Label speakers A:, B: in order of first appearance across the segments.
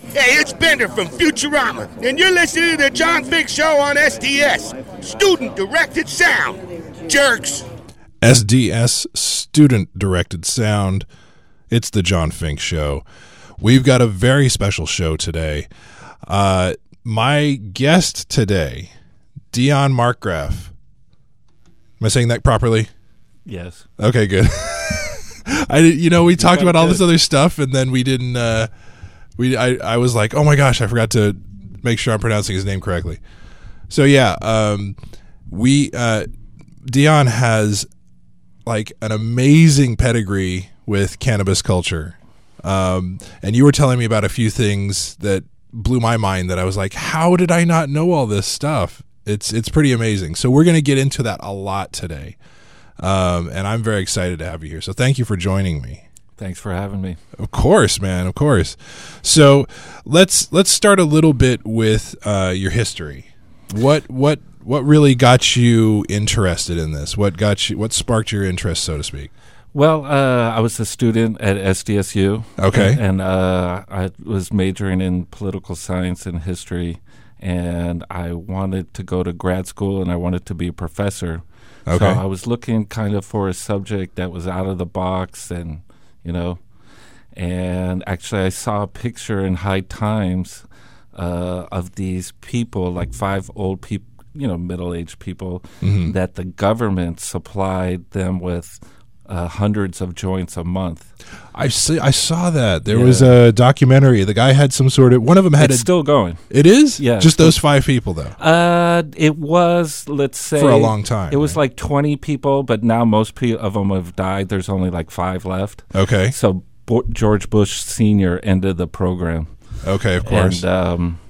A: Hey, it's Bender from Futurama, and you're listening to the John Fink Show on SDS, student directed sound. Jerks.
B: SDS student directed sound. It's the John Fink Show. We've got a very special show today. Uh, my guest today, Dion Markgraf. Am I saying that properly?
C: Yes.
B: Okay, good. I did, you know we talked about all this other stuff and then we didn't. Uh, we I I was like, oh my gosh, I forgot to make sure I'm pronouncing his name correctly. So yeah, um, we uh, Dion has like an amazing pedigree with cannabis culture, um, and you were telling me about a few things that blew my mind. That I was like, how did I not know all this stuff? It's it's pretty amazing. So we're gonna get into that a lot today. Um, and I'm very excited to have you here. So thank you for joining me.
C: Thanks for having me.
B: Of course, man. Of course. So let's let's start a little bit with uh, your history. What what what really got you interested in this? What got you? What sparked your interest, so to speak?
C: Well, uh, I was a student at SDSU.
B: Okay.
C: And, and, uh, I was majoring in political science and history, and I wanted to go to grad school and I wanted to be a professor.
B: Okay.
C: So I was looking kind of for a subject that was out of the box and, you know, and actually I saw a picture in High Times uh, of these people, like five old people, you know, middle aged people,
B: Mm-hmm.
C: that the government supplied them with uh, hundreds of joints a month.
B: I see. I saw that there was a documentary. The guy had some sort of one of them had a.
C: It's still going.
B: it is
C: Yeah.
B: Just those five people though.
C: Uh, it was let's say
B: For a long time,
C: It was
B: right?
C: like twenty people, but now most pe- of them have died. There's only like five left.
B: Okay.
C: So Bo- George Bush Senior ended the program,
B: Okay. Of course.
C: and um,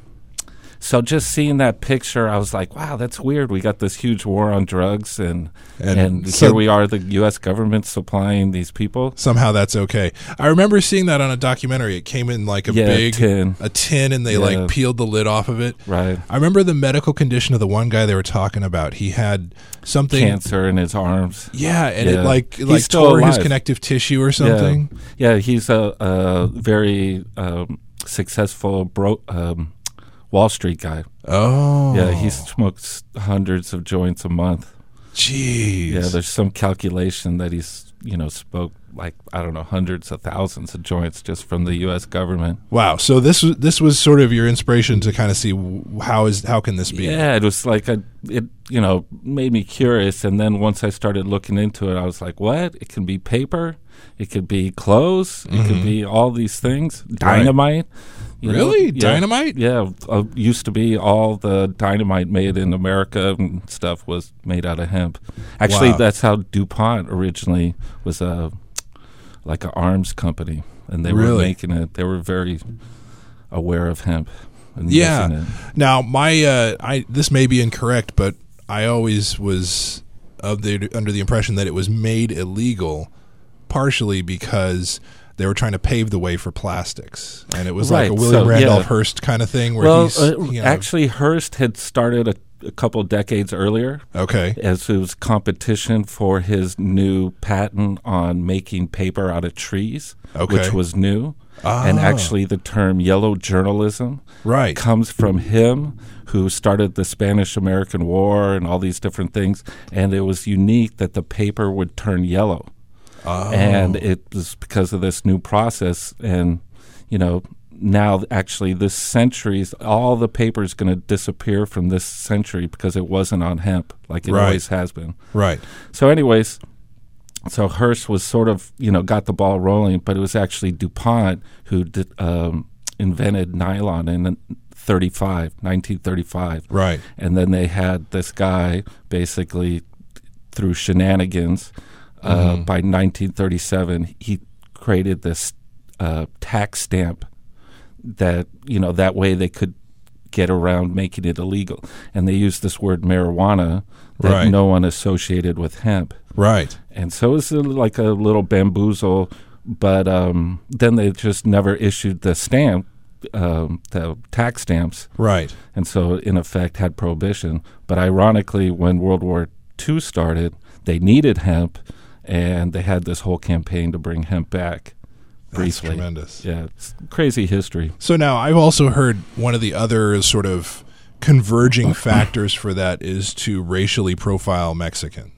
C: so just seeing that picture, I was like, "Wow, that's weird. We got this huge war on drugs, and
B: And
C: and,
B: so-
C: here we are, the U.S. government supplying these people."
B: somehow that's okay. I remember seeing that on a documentary. It came in like a
C: Yeah,
B: big
C: tin.
B: a tin, and they
C: Yeah.
B: like peeled the lid off of it.
C: Right.
B: I remember the medical condition of the one guy they were talking about. He had something.
C: Cancer in his arms.
B: Yeah, and
C: Yeah.
B: it like it,
C: He's
B: like
C: still
B: tore his
C: alive.
B: connective tissue or something.
C: Yeah, yeah he's a, a very um, successful bro- um, Wall Street guy.
B: Oh,
C: Yeah, he smokes hundreds of joints a month.
B: jeez.
C: Yeah, there's some calculation that he's you know spoke like I don't know hundreds of thousands of joints just from the U.S. government.
B: wow. So this was this was sort of your inspiration to kind of see w- how is how can this be?
C: Yeah, it was like a it you know made me curious, and then once I started looking into it, I was like, what? It can be paper, it could be clothes, it could be all these things, dynamite. you know?
B: Mm-hmm. Really?
C: Yeah.
B: Dynamite?
C: Yeah, uh, used to be all the dynamite made in America and stuff was made out of hemp. Actually,
B: Wow.
C: that's how DuPont originally was a like an arms company, and they were
B: Really?
C: making it. They were very aware of hemp. And using
B: Yeah.
C: it.
B: Now my uh, I this may be incorrect, but I always was of the under the impression that it was made illegal, partially because they were trying to pave the way for plastics, and it was like
C: Right,
B: a William
C: so, yeah.
B: Randolph Hearst kind of thing where
C: Well,
B: he's
C: uh,
B: you know,
C: actually, Hearst had started a, a couple decades earlier
B: okay.
C: as it was competition for his new patent on making paper out of trees,
B: Okay. Ah.
C: which was new. And actually, the term yellow journalism
B: Right.
C: comes from him who started the Spanish American War and all these different things. And it was unique that the paper would turn yellow.
B: Oh.
C: And it was because of this new process. And, you know, now actually this century's all the paper is going to disappear from this century because it wasn't on hemp like it
B: Right.
C: always has been.
B: Right.
C: So, anyways, so Hearst was sort of you know got the ball rolling, but it was actually DuPont who did, um, invented nylon in 35, 1935,
B: Right.
C: and then they had this guy basically through shenanigans. Uh, By 1937, he created this uh, tax stamp that you know that way they could get around making it illegal, and they used this word marijuana that
B: Right.
C: no one associated with hemp
B: Right.
C: and so it's a- like a little bamboozle. But um, then they just never issued the stamp, um, the tax stamps,
B: Right.
C: and so in effect had prohibition. But ironically, when World War II started, they needed hemp, and they had this whole campaign to bring hemp back.
B: That's
C: briefly.
B: tremendous.
C: Yeah, it's crazy history.
B: So now I've also heard one of the other sort of converging factors for that is to racially profile Mexican.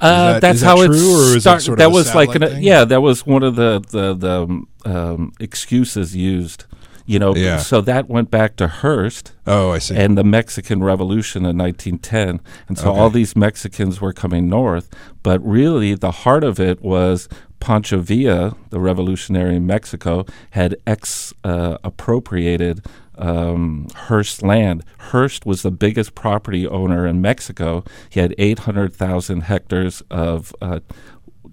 C: Uh,
B: that-
C: that's
B: is that
C: how
B: true,
C: it's
B: or is it
C: start-
B: sort of
C: that
B: a
C: was like
B: satellite thing?
C: yeah, that was one of the the the um, um, excuses used. You know,
B: Yeah.
C: so that went back to Hearst
B: Oh, I see.
C: and the Mexican Revolution in 1910, and so all these Mexicans were coming north. But really, the heart of it was Pancho Villa, the revolutionary in Mexico, had ex uh, appropriated. Um, Hearst land. Hearst was the biggest property owner in Mexico. He had 800,000 hectares of uh,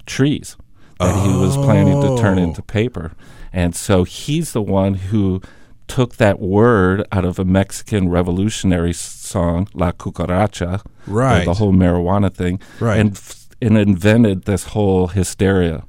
C: trees that he was planning to turn into
B: Oh.
C: paper. And so he's the one who took that word out of a Mexican revolutionary s- song, La Cucaracha, or
B: Right.
C: the whole marijuana thing,
B: Right.
C: and, f- and invented this whole hysteria.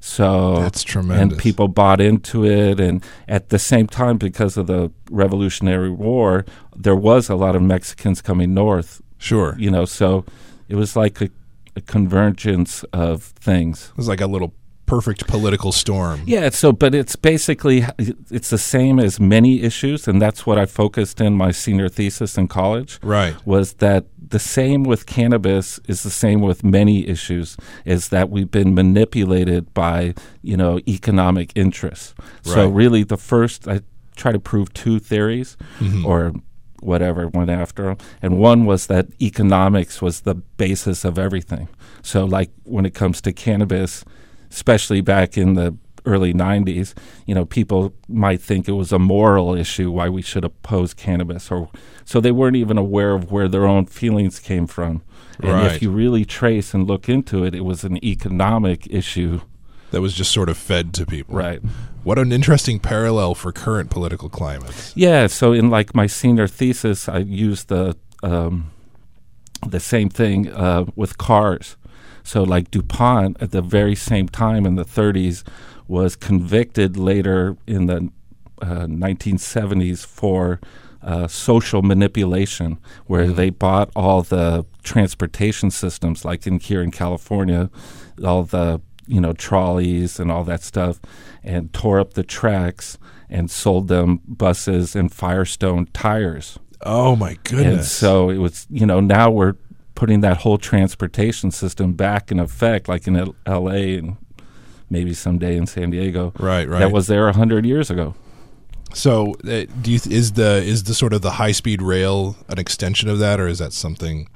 C: So
B: That's tremendous.
C: And people bought into it, and at the same time, because of the Revolutionary War, there was a lot of Mexicans coming north.
B: sure.
C: You know, so it was like a, a convergence of things.
B: It was like a little perfect political storm.
C: Yeah, it's so but it's basically it's the same as many issues and that's what I focused in my senior thesis in college.
B: Right.
C: Was that the same with cannabis is the same with many issues is that we've been manipulated by, you know, economic interests. So
B: Right.
C: really the first I try to prove two theories
B: Mm-hmm.
C: or whatever went after 'em. and one was that economics was the basis of everything so like when it comes to cannabis especially back in the early 90s you know people might think it was a moral issue why we should oppose cannabis or so they weren't even aware of where their own feelings came from and
B: Right.
C: if you really trace and look into it it was an economic issue
B: That was just sort of fed to people.
C: right
B: What an interesting parallel for current political climates.
C: Yeah, so in like my senior thesis, I used the um, the same thing uh, with cars. So like Dupont, at the very same time in the 30s, was convicted later in the uh, 1970s for uh, social manipulation, where they bought all the transportation systems, like in here in California, all the you know trolleys and all that stuff, and tore up the tracks and sold them buses and Firestone tires.
B: Oh my
C: And
B: goodness.
C: so it was, you know, now we're putting that whole transportation system back in effect, like in L- L.A. and maybe someday in San Diego.
B: Right, right.
C: That was there a hundred years ago.
B: So, uh, do you th- is the is the sort of the high speed rail an extension of that, or is that something?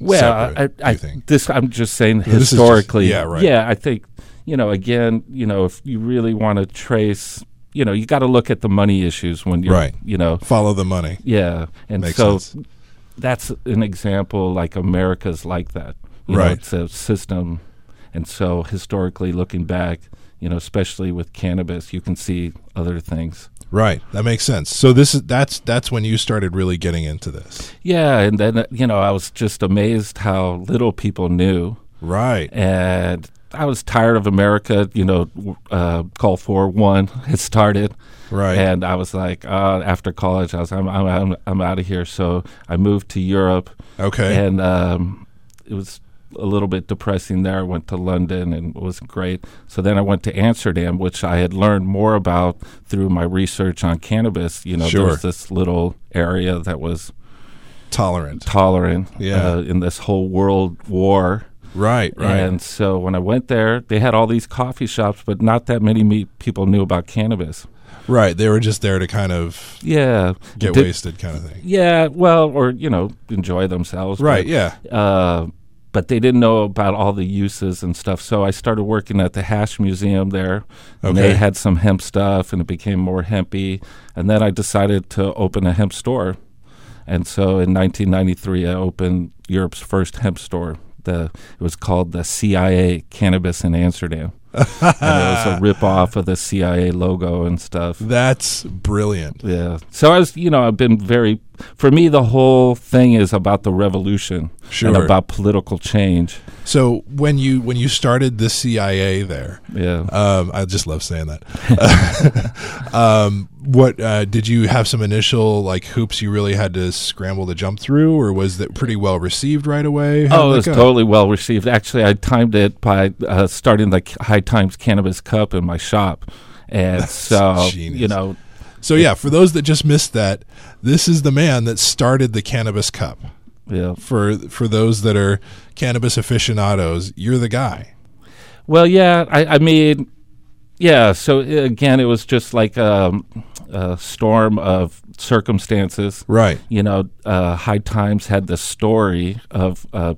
C: Well,
B: separate,
C: I, I,
B: you think?
C: this I'm just saying
B: is just-
C: historically.
B: yeah, right.
C: Yeah, I think you know. Again, you know, if you really want to trace, you know, you got to look at the money issues when you're,
B: Right.
C: you know,
B: Follow the money.
C: Yeah, and
B: Makes
C: so
B: sense.
C: that's an example. Like America's like that, You know,
B: Right.
C: it's a system, and so historically looking back, you know, especially with cannabis, you can see other things.
B: Right. That makes sense. So this is that's that's when you started really getting into this.
C: Yeah, and then uh, you know, I was just amazed how little people knew,
B: Right.
C: and I was tired of America. You know, w- uh, Call Four One had started.
B: Right.
C: And I was like, uh, after college, I was, I'm, I'm, I'm, I'm out of here. So I moved to Europe.
B: okay.
C: and um, it was a little bit depressing there. I went to London and it was great. So then I went to Amsterdam, which I had learned more about through my research on cannabis. You know,
B: Sure.
C: there was this little area that was
B: Tolerant.
C: tolerant
B: Yeah.
C: uh, in this whole world war.
B: Right. Right.
C: And so when I went there, they had all these coffee shops, but not that many me- people knew about cannabis.
B: right. They were just there to kind of
C: Yeah.
B: get
C: Did-
B: wasted, kind of thing.
C: Yeah, well, or, you know, enjoy themselves.
B: Right.
C: but-
B: Yeah.
C: uh, but they didn't know about all the uses and stuff. So I started working at the Hash Museum there. And
B: Okay.
C: they had some hemp stuff, and it became more hempy. And then I decided to open a hemp store. And so in 1993, I opened Europe's first hemp store. The it was called the CIA Cannabis in Amsterdam. and it was a rip off of the CIA logo and stuff.
B: That's brilliant.
C: Yeah. So I was, you know, I've been very for me, the whole thing is about the revolution and
B: Sure.
C: about political change.
B: So when you when you started the CIA there,
C: Yeah.
B: um, I just love saying that. um, what uh, did you have some initial like hoops you really had to scramble to jump through, or was that pretty well received right away? How
C: Oh,
B: did
C: it was
B: that go?
C: totally well received. Actually, I timed it by uh, starting the C- High Times Cannabis Cup in my shop, and so
B: genius.
C: you know,
B: So yeah, for those that just missed that, this is the man that started the cannabis cup.
C: yeah.
B: For for those that are cannabis aficionados, you're the guy.
C: Well, yeah, I, I mean, yeah. So uh, again, it was just like um, a storm of circumstances.
B: Right.
C: You know, uh, High Times had the story of a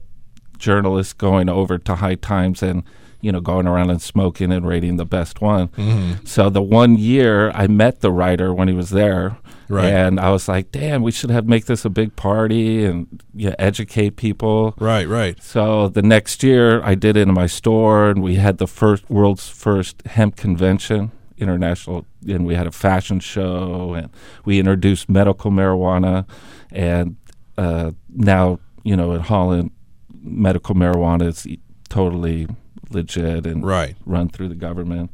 C: journalist going over to High Times and you know going around and smoking and rating the best one. So the one year I met the writer when he was there.
B: Right.
C: And I was like, "Damn, we should have make this a big party and you know, educate people."
B: Right, right.
C: So the next year, I did it in my store, and we had the first world's first hemp convention, international, and we had a fashion show, and we introduced medical marijuana, and uh, now you know in Holland, medical marijuana is e- totally legit and
B: Right.
C: run through the government.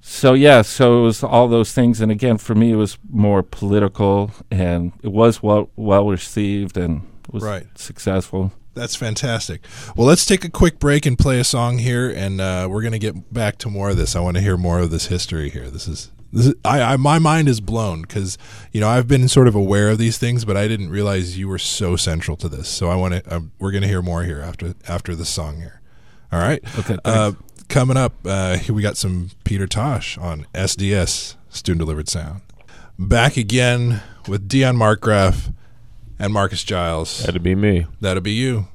C: So yeah, so it was all those things, and again for me, it was more political, and it was well well received and was
B: Right.
C: successful.
B: That's fantastic. Well, let's take a quick break and play a song here, and uh, we're gonna get back to more of this. I want to hear more of this history here. This is this. Is, I, I my mind is blown because you know I've been sort of aware of these things, but I didn't realize you were so central to this. So I want to. Um, we're gonna hear more here after after this song here. All right.
C: Okay,
B: Uh, coming up, uh, here we got some Peter Tosh on SDS Student Delivered Sound. Back again with Dion Markgraf and Marcus Giles.
D: That'd be me.
B: That'll be you.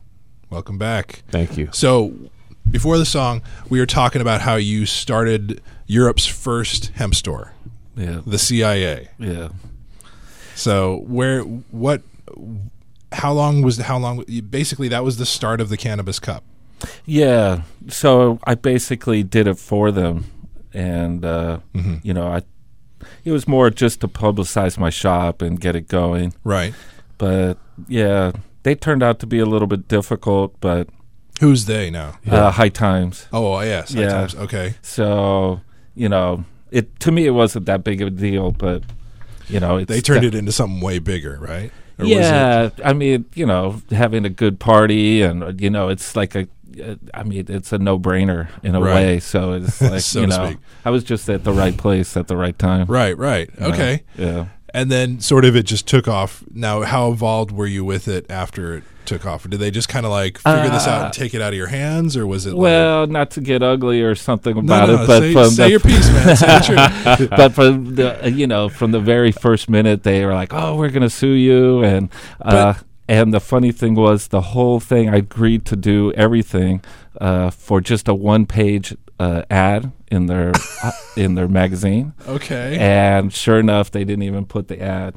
B: Welcome back.
D: Thank you.
B: So, before the song, we were talking about how you started Europe's first hemp store,
C: Yeah.
B: the CIA.
C: Yeah.
B: So, where, what, how long was, how long, basically, that was the start of the Cannabis Cup.
C: Yeah. So I basically did it for them. And, uh,
B: Mm-hmm.
C: you know, I, it was more just to publicize my shop and get it going.
B: Right.
C: But yeah, they turned out to be a little bit difficult, but
B: Who's they now?
C: uh, high times.
B: Oh, yes.
C: Yeah.
B: Sometimes. Okay.
C: So, you know, it to me, it wasn't that big of a deal, but, you know, it's
B: They turned
C: de-
B: it into something way bigger, right? Or was it-
C: yeah, I mean, you know, having a good party and uh, you know, it's like a, uh, I mean, it's a no-brainer in a
B: Right.
C: way. So it's like
B: So
C: you
B: to
C: know,
B: speak.
C: I was just at the right place at the right time.
B: Right, right. Okay.
C: Yeah.
B: and then sort of it just took off. Now, how involved were you with it after it took off? Did they just kind of like figure this out and take it out of your hands, or was it
C: Uh, Well, not to get ugly or something
B: like, no,
C: about
B: no,
C: it,
B: no,
C: but
B: say,
C: from
B: say
C: the,
B: your piece, man, say the truth.
C: but from the uh, you know from the very first minute they were like, "Oh, we're gonna sue you," and uh, and the funny thing was the whole thing. I agreed to do everything uh, for just a one page uh, ad in their in their magazine,
B: Okay,
C: and sure enough, they didn't even put the ad.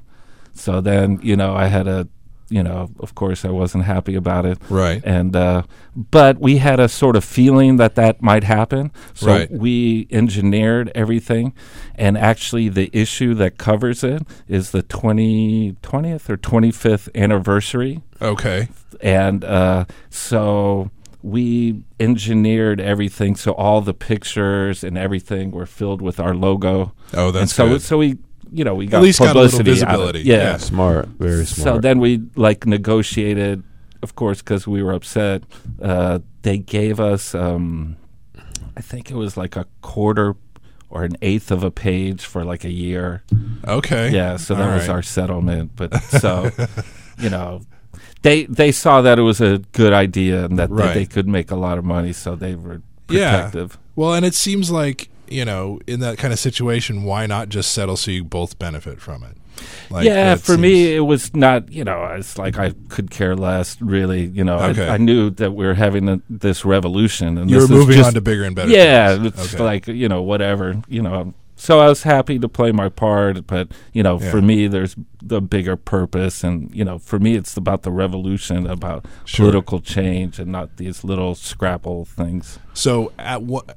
C: So then you know I had a you know of course I wasn't happy about it
B: right,
C: and uh, but we had a sort of feeling that that might happen so
B: Right.
C: we engineered everything and actually the issue that covers it is the 20, 20th or 25th anniversary
B: okay,
C: and uh, so we engineered everything so all the pictures and everything were filled with our logo
B: Oh, that's
C: and so
B: good.
C: so we you know we got
B: least got a little
C: publicity out of it.
B: visibility,
C: yeah
B: yeah.
D: Smart. Very smart.
C: so then we like negotiated, of course, because we were upset. Uh, they gave us, um, I think it was like a quarter or an eighth of a page for like a year.
B: okay,
C: Yeah, so that
B: All
C: was
B: right.
C: our settlement. But so, you know, they they saw that it was a good idea and that, that
B: Right.
C: they could make a lot of money, so they were
B: Yeah.
C: protective.
B: Well, and it seems like you know, in that kind of situation, why not just settle so you both benefit from it? Like,
C: yeah,
B: that
C: for
B: seems-
C: me, it was not, you know, it's like I could care less, really. You know, I-
B: Okay.
C: I, knew that we were having a, this revolution. and
B: you were
C: this is
B: moving
C: just,
B: on to bigger and better.
C: yeah,
B: things.
C: it's
B: Okay.
C: like you know whatever you know. So I was happy to play my part, but you know,
B: Yeah.
C: for me, there's the bigger purpose, and you know, for me, it's about the revolution, about
B: Sure.
C: political change, and not these little scrapple things.
B: So at what?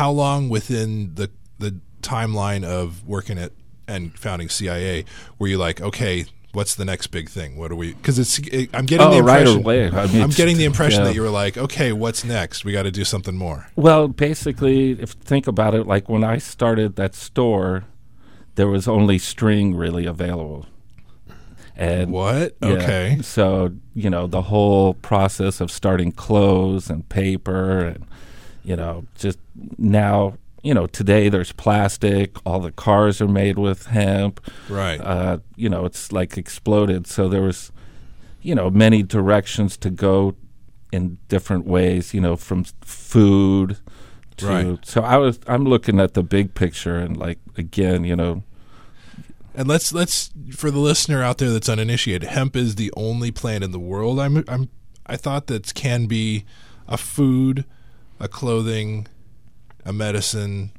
B: How long within the the timeline of working at and founding CIA were you like, okay, what's the next big thing? What are we? Because it's it, I'm getting the
C: Oh, right
B: impression.
C: away. I mean,
B: I'm getting the impression
C: yeah.
B: that you were like, okay, what's next? We got to do something more.
C: Well, basically, if you think about it, like when I started that store, there was only string really available. And
B: What?
C: yeah,
B: Okay.
C: So, you know, the whole process of starting clothes and paper and you know, just now, you know, today there's plastic, all the cars are made with hemp.
B: Right.
C: Uh, you know, it's like exploded. So there was, you know, many directions to go in different ways, you know, from s- food to
B: Right.
C: so I was I'm looking at the big picture and like again, you know,
B: And let's let's for the listener out there that's uninitiated, hemp is the only plant in the world. I'm I'm I thought that can be a food, a clothing, a medicine,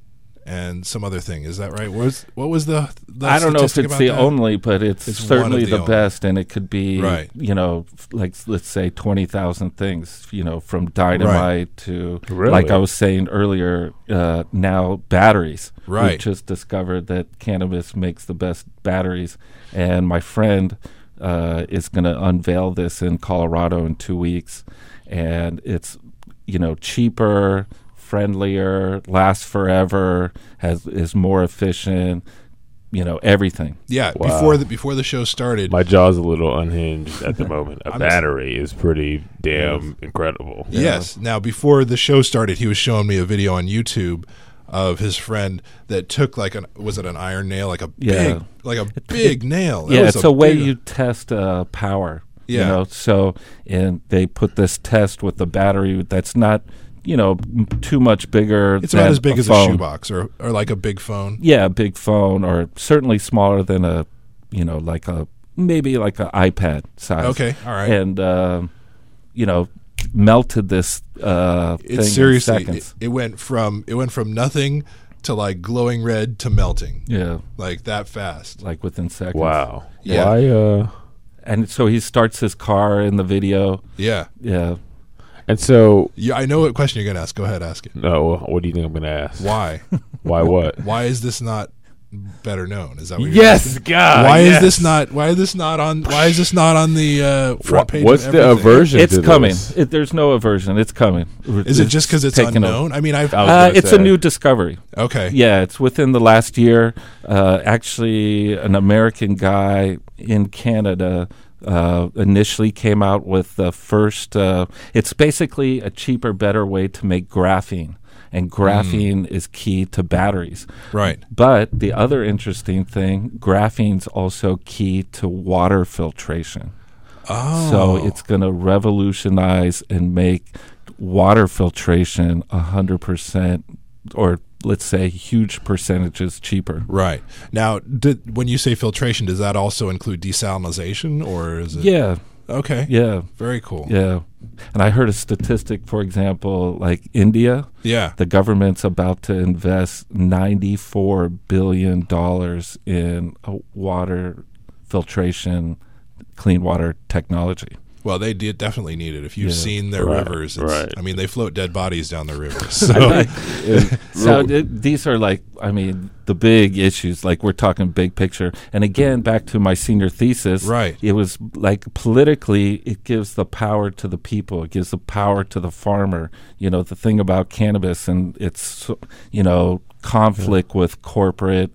B: and some other thing. Is that right? What was what was the, the
C: I don't know if
B: statistic
C: it's
B: about
C: the
B: that?
C: only, but it's,
B: It's one
C: certainly
B: of the
C: the,
B: only.
C: best, and it could be,
B: Right.
C: you know, f- like s- let's say twenty thousand things, you know, from dynamite to, like
D: Really?
C: I was saying earlier, uh, now batteries.
B: Right.
C: We've just discovered that cannabis makes the best batteries, and my friend uh, is going to unveil this in Colorado in two weeks, and it's you know cheaper. Friendlier, lasts forever, has is more efficient, you know everything.
B: Yeah, before the before the show started.
D: My jaw's a little unhinged at the moment. A battery is pretty damn incredible.
B: Yes. Now, before the show started, he was showing me a video on YouTube of his friend that took like an was it an iron nail, like a
C: Yeah.
B: big, like a big nail. That
C: yeah,
B: was
C: it's a, way
B: big-
C: you test uh, power.
B: Yeah.
C: You know, so and they put this test with the battery that's not, you know, m- too much bigger.
B: It's about
C: than
B: as big as a
C: phone.
B: shoebox or or like a big phone.
C: Yeah, a big phone, or certainly smaller than a, you know, like a maybe like an iPad size.
B: Okay, all right.
C: And um, you know, melted this uh, thing
B: It
C: in
B: seriously it,
C: seconds.
B: it went from it went from nothing to like glowing red to melting.
C: yeah,
B: Like that fast.
C: like within seconds.
D: Wow.
B: Yeah.
D: Why? Uh,
C: And so he starts his car in the video.
B: Yeah.
C: Yeah.
D: and so,
B: Yeah, I know what question you're gonna ask. Go ahead, ask it.
D: no. What do you think I'm going to ask?
B: Why?
D: Why what?
B: Why is this not better known? Is that what you're
D: yes, God.
C: Uh,
B: why
D: yes.
B: is this not why is this not on why is this not on the uh, front
D: What,
B: page
D: what's
B: of
D: the
B: everything?
D: aversion?
C: It's
D: to
C: coming.
D: this?
C: It, there's no aversion. It's coming.
B: is it just because it's
C: taken over.
B: unknown i mean i've
D: I was
C: Uh,
D: gonna
C: it's
D: say.
C: a new discovery.
B: okay
C: Yeah, it's within the last year. Uh, actually, an American guy in Canada uh, initially came out with the first. Uh, it's basically a cheaper, better way to make graphene, and graphene is key to batteries.
B: right
C: But the other interesting thing, graphene's also key to water filtration.
B: oh
C: So it's going to revolutionize and make water filtration 100% or let's say huge percentages cheaper.
B: right now did, when you say filtration does that also include desalination or is it
C: Yeah,
B: okay
C: yeah,
B: very cool
C: yeah. And I heard a statistic, for example, like India,
B: yeah
C: the government's about to invest $94 billion in uh, water filtration, clean water technology.
B: well they did definitely need it if you've seen their
D: Right,
B: rivers it's,
D: right.
B: i mean they float dead bodies down their rivers so
C: So th- these are like, I mean, the big issues. Like we're talking big picture. And again, back to my senior thesis.
B: Right.
C: It was like politically, it gives the power to the people. It gives the power to the farmer. You know, the thing about cannabis and its, you know, conflict with corporate,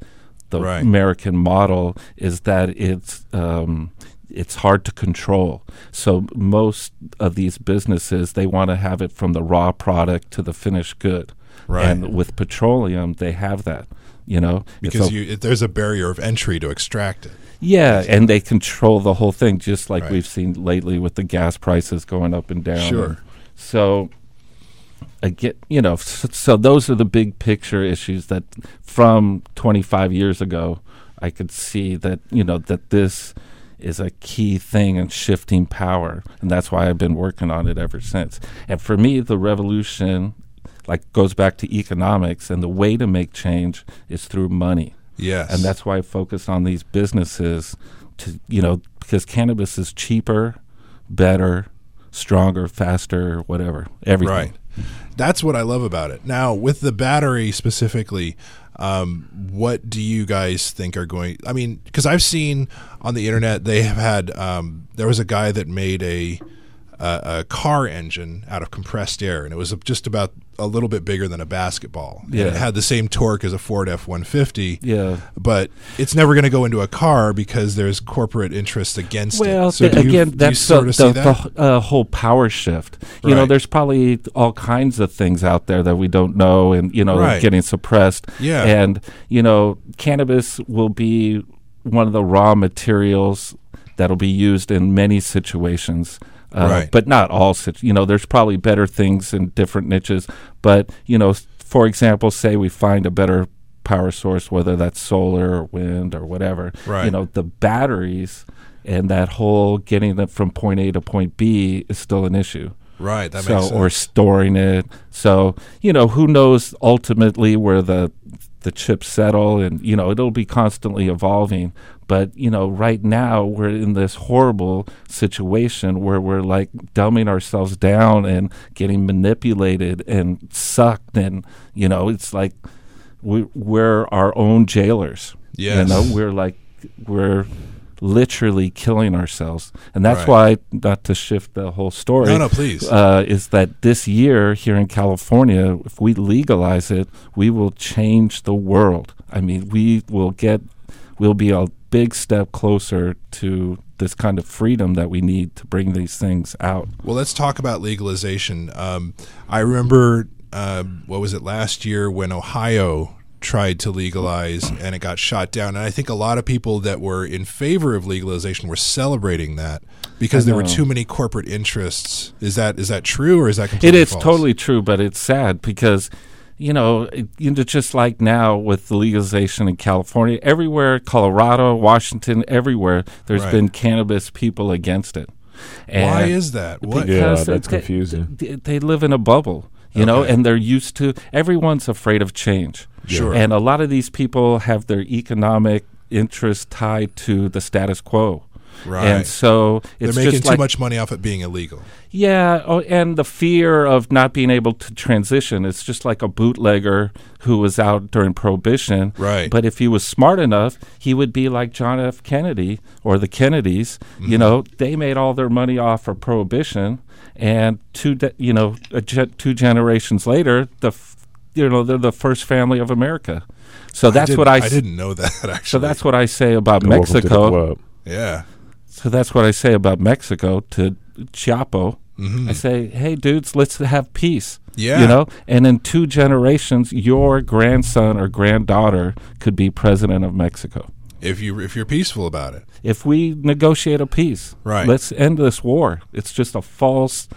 C: the
B: Right.
C: American model is that it's. Um, it's hard to control. So most of these businesses they want to have it from the raw product to the finished good.
B: Right.
C: And with petroleum, they have that, you know. It's
B: because
C: a-
B: you it, there's a barrier of entry to extract it
C: yeah, and they control the whole thing, just like
B: Right.
C: we've seen lately with the gas prices going up and down.
B: Sure.
C: So, again, you know, so, so those are the big picture issues that from 25 years ago, I could see that you know that this is a key thing in shifting power, and that's why I've been working on it ever since. And for me, the revolution like goes back to economics, and the way to make change is through money
B: yes
C: and that's why I focus on these businesses to you know because cannabis is cheaper, better, stronger, faster, whatever, everything.
B: Right. That's what I love about it. Now, with the battery specifically, Um, what do you guys think are going? I mean, because I've seen on the internet they have had um, there was a guy that made a, a a car engine out of compressed air, and it was just about a little bit bigger than a basketball. And
C: Yeah.
B: it had the same torque as a Ford F one fifty.
C: Yeah.
B: but it's never going to go into a car because there's corporate interest against
C: Well,
B: it. So
C: th-
B: do you,
C: again,
B: do you
C: that's
B: sort
C: the,
B: of
C: the,
B: see that.
C: the uh, whole power shift. You know,
B: Right.
C: there's probably all kinds of things out there that we don't know, and you know,
B: Right.
C: getting suppressed.
B: Yeah.
C: and you know, cannabis will be one of the raw materials that'll be used in many situations. Uh,
B: Right.
C: But not all situ- you know, there's probably better things in different niches. But, you know, s- for example, say we find a better power source, whether that's solar or wind or whatever. You
B: Right.
C: know, the batteries and that whole getting it from point A to point B is still an issue.
B: right, that
C: so
B: makes sense.
C: or storing it. So, you know, who knows ultimately where the the chips settle and you know, it'll be constantly evolving. But, you know, right now we're in this horrible situation where we're like dumbing ourselves down and getting manipulated and sucked and you know, it's like we, we're our own jailers.
B: Yes.
C: You know, we're like we're literally killing ourselves. And that's
B: Right.
C: why not to shift the whole story.
B: No, no, please.
C: Uh, is that this year here in California, if we legalize it, we will change the world. I mean, we will get, we'll be a big step closer to this kind of freedom that we need to bring these things out.
B: Well, let's talk about legalization. Um, I remember um, what was it last year when Ohio tried to legalize and it got shot down. And I think a lot of people that were in favor of legalization were celebrating that because there were too many corporate interests. Is that is that true or is that
C: It
B: completely
C: is
B: false?
C: totally true, but it's sad because, you know, it, you know, just like now with the legalization in California, everywhere, Colorado, Washington, everywhere, there's
B: Right.
C: been cannabis people against it.
B: Why
C: And-
B: is that? What?
D: Yeah.
C: because
D: that's
C: they-
D: confusing.
C: They, they live in a bubble, you know,
B: Okay.
C: and they're used to. Everyone's afraid of change.
B: Sure.
C: And a lot of these people have their economic interest tied to the status quo.
B: Right.
C: And so
B: They're
C: it's
B: making
C: just
B: too
C: like,
B: much money off it being illegal.
C: yeah, oh, and the fear of not being able to transition. It's just like a bootlegger who was out during Prohibition.
B: Right.
C: But if he was smart enough, he would be like John F. Kennedy or the Kennedys. You know, they made all their money off of Prohibition, and two, de- you know, a ge- two generations later, the, f- you know, they're the first family of America. So that's
B: didn't-
C: what I.
B: I
C: s-
B: didn't know that actually.
C: so that's what I say about
D: Welcome to the
C: Mexico.
D: club.
B: yeah.
C: So that's what I say about Mexico to Chiapo. I say, hey, dudes, let's have peace.
B: Mm-hmm. Yeah.
C: You know? And in two generations, your grandson or granddaughter could be president of Mexico.
B: If you if you're peaceful about it.
C: If we negotiate a peace,
B: Right.
C: let's end this war. It's just a false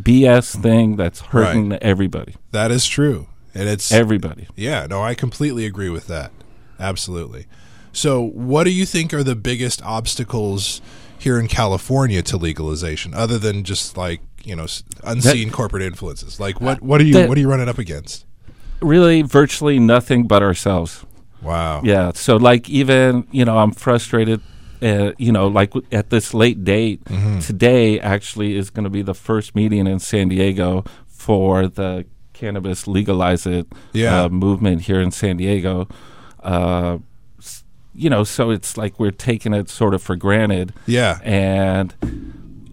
C: BS thing that's hurting everybody.
B: That is true. And it's
C: Everybody.
B: Yeah, no, I completely agree with that. Absolutely. So, what do you think are the biggest obstacles here in California to legalization, other than just like you know s- unseen corporate influences? Like, what what are you
C: Uh, that-
B: what are you running up against?
C: Really, virtually nothing but ourselves.
B: Wow.
C: Yeah. So like even you know I'm frustrated. Uh, you know, like w- at this late date,
B: Mm-hmm.
C: today actually is going to be the first meeting in San Diego for the cannabis legalize it
B: Yeah.
C: uh, movement here in San Diego. Uh, s- you know, so it's like we're taking it sort of for granted
B: Yeah.
C: and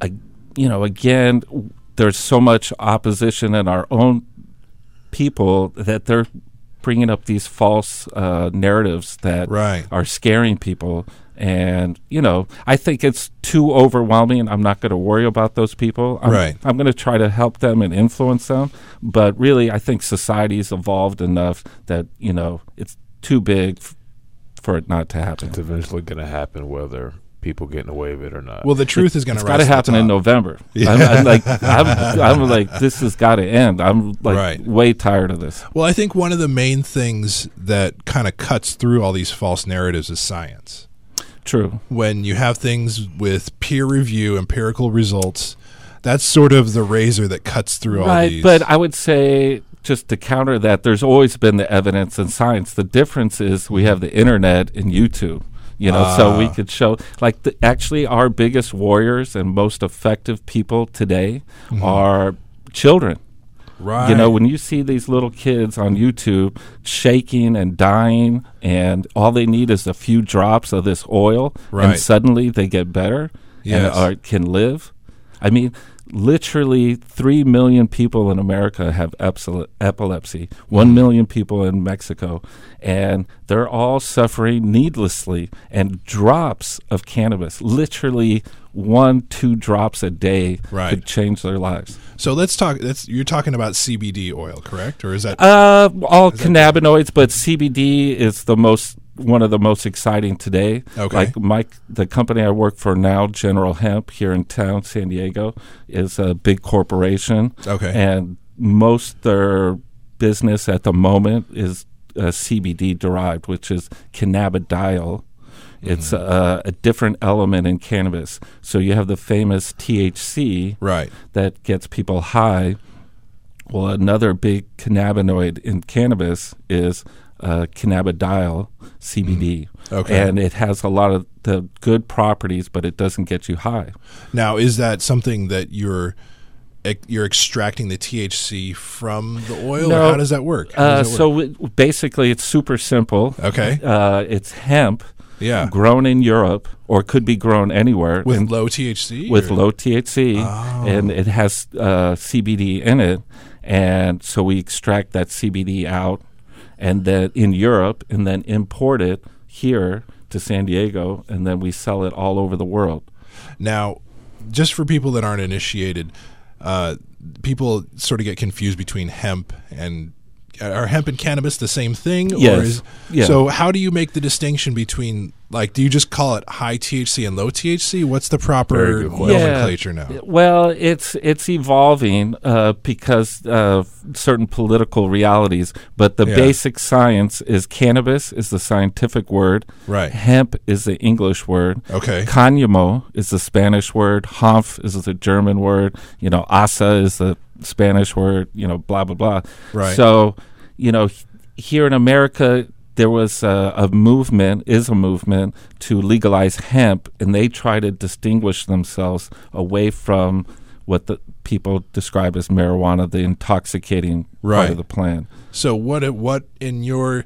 C: I, you know again w- there's so much opposition in our own people that they're bringing up these false uh, narratives that
B: Right.
C: are scaring people and you know i think it's too overwhelming i'm not going to worry about those people i'm,
B: Right.
C: I'm going to try to help them and influence them but really i think society's evolved enough that you know it's too big f- for it not to happen
D: It's eventually going to happen whether people getting away with it or not.
B: Well, the truth is going
C: it's got to happen
B: Uh,
C: in November. I'm, I'm like, I'm, I'm like, this has got to end. I'm like,
B: Right.
C: way tired of this.
B: Well, I think one of the main things that kind of cuts through all these false narratives is science.
C: True.
B: when you have things with peer review, empirical results, that's sort of the razor that cuts through all
C: Right.
B: these.
C: But I would say, just to counter that, there's always been the evidence and science. The difference is we have the internet and YouTube. You know, so
B: Ah.
C: we could show like the, actually our biggest
B: Mm-hmm.
C: warriors and most effective people today are children.
B: Right.
C: You know, when you see these little kids on YouTube shaking and dying, and all they need is a few drops of this oil,
B: Right.
C: and suddenly they get better
B: Yes.
C: and are, can live. I mean, literally 3 million people in America have epsil- epilepsy, 1 million people in Mexico, and they're all suffering needlessly. And drops of cannabis, literally one, two drops a day,
B: Right.
C: could change their lives.
B: So let's talk. That's you're talking about CBD oil, correct? Or is that
C: Uh, all cannabinoids, but CBD is the most one of the most exciting today.
B: Okay.
C: Like Mike, the company I work for now, General Hemp here in town, San Diego, is a big corporation.
B: Okay.
C: And most their business at the moment is uh, CBD derived, which is cannabidiol. It's
B: Mm-hmm.
C: uh, a different element in cannabis. So you have the famous THC,
B: right?
C: that gets people high. Well, another big cannabinoid in cannabis is uh, cannabidiol,
B: Mm.
C: CBD.
B: Okay.
C: And it has a lot of the good properties, but it doesn't get you high.
B: Now, is that something that you're ec- you're extracting the THC from the oil, or
C: No.
B: how does that work? How
C: Uh,
B: does that work?
C: so it, basically, it's super simple.
B: okay,
C: Uh, it's hemp
B: yeah,
C: grown in Europe or could be grown anywhere
B: with
C: in-
B: low THC,
C: with
B: or-
C: low THC,
B: Oh.
C: and it has uh, CBD in it, and so we extract that CBD out, and then in Europe, and then import it here to San Diego, and then we sell it all over the world.
B: Now, just for people that aren't initiated, uh, people sort of get confused between hemp and are hemp and cannabis the same thing?
C: Yes. Yeah.
B: So, how do you make the distinction between like, do you just call it high THC and low THC? What's the proper
D: Very good question.
B: nomenclature now?
C: Well, it's it's evolving uh, because of certain political realities, but the
B: Yeah.
C: basic science is cannabis is the scientific word,
B: Right. Oh.
C: Hemp is the English word.
B: Okay.
C: Cáñamo is the Spanish word. Hanf is the German word. You know, asa is the Spanish word. You know, blah blah blah.
B: Right.
C: So, you know, h- here in America, there was a, a movement, is a movement to legalize hemp, and they try to distinguish themselves away from what the people describe as marijuana, the intoxicating
B: Right.
C: part of the plant.
B: So, what what in your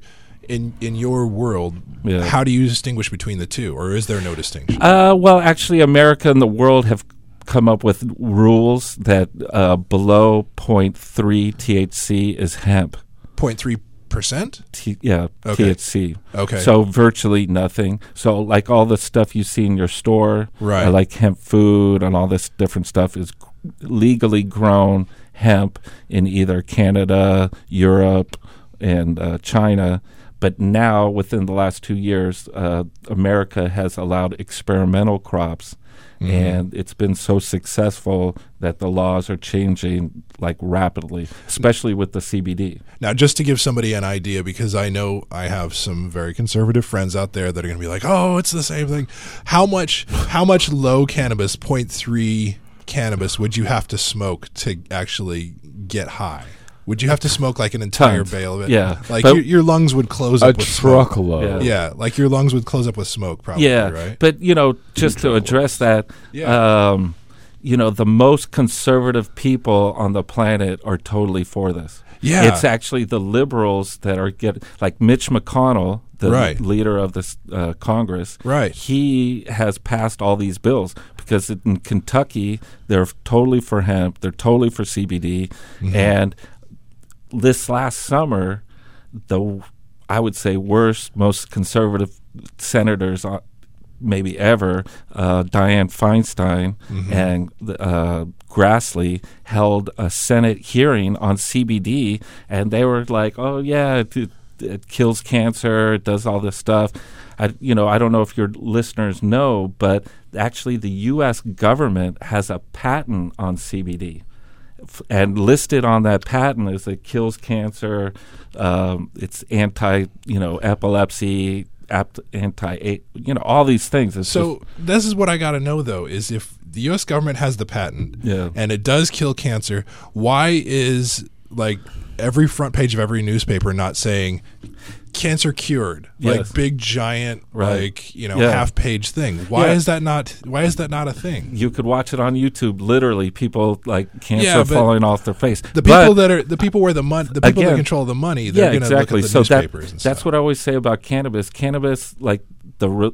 B: in in your world,
C: Yeah.
B: how do you distinguish between the two, or is there no distinction?
C: Uh, well, actually, America and the world have come up with rules that uh, below 0.3 THC is hemp.
B: 0.3 percent.
C: T- yeah,
B: Okay.
C: THC.
B: Okay.
C: So virtually nothing. So like all the stuff you see in your store,
B: Right.
C: uh, like hemp food and all this different stuff is g- legally grown hemp in either Canada, Europe, and uh, China. But now, within the last two years, uh, America has allowed experimental crops,
B: Mm-hmm.
C: and it's been so successful that the laws are changing like rapidly, especially with the CBD.
B: Now, just to give somebody an idea, because I know I have some very conservative friends out there that are going to be like, "Oh, it's the same thing." How much? How much low cannabis, 0.3 cannabis, would you have to smoke to actually get high? Would you have to smoke like an entire
C: Tons.
B: bale of it?
C: Yeah.
B: like
C: But-
B: your, your lungs would close
D: A
B: up with smoke.
D: truckload.
C: Yeah.
B: Yeah, like your lungs would close up with smoke, probably.
C: Yeah,
B: right.
C: but you know, just to address that,
B: Yeah.
C: um, you know, the most conservative people on the planet are totally for this.
B: Yeah.
C: it's actually the liberals that are get like Mitch McConnell, the
B: Right.
C: leader of this uh, Congress.
B: Right.
C: he has passed all these bills because in Kentucky they're totally for hemp, they're totally for CBD,
B: Mm-hmm.
C: and this last summer, the I would say worst, most conservative senators uh, maybe ever, uh, Dianne Feinstein and uh, Grassley held a Senate hearing on CBD, and they were like, "Oh yeah, it, it, it kills cancer, it does all this stuff." I, you know, I don't know if your listeners know, but actually, the U.S. government has a patent on CBD f- and listed on that patent is it kills cancer, um, it's anti, you know, epilepsy, apt, anti, you know, all these things. It's
B: So this is what I got to know though is if the U.S. government has the patent
C: Yeah.
B: and it does kill cancer, why is like every front page of every newspaper not saying cancer cured
C: Yes.
B: like big giant
C: Right.
B: like you know
C: Yeah.
B: half page thing why
C: Yeah.
B: is that not why is that not a thing
C: You could watch it on YouTube. Literally, people like cancer
B: Yeah, but
C: falling off their face.
B: the
C: But-
B: people that are the people where the money the people
C: Again-
B: that control the money they're gonna look at the
C: so that,
B: newspapers and
C: that's
B: stuff
C: what I always say about cannabis. Cannabis, like the re-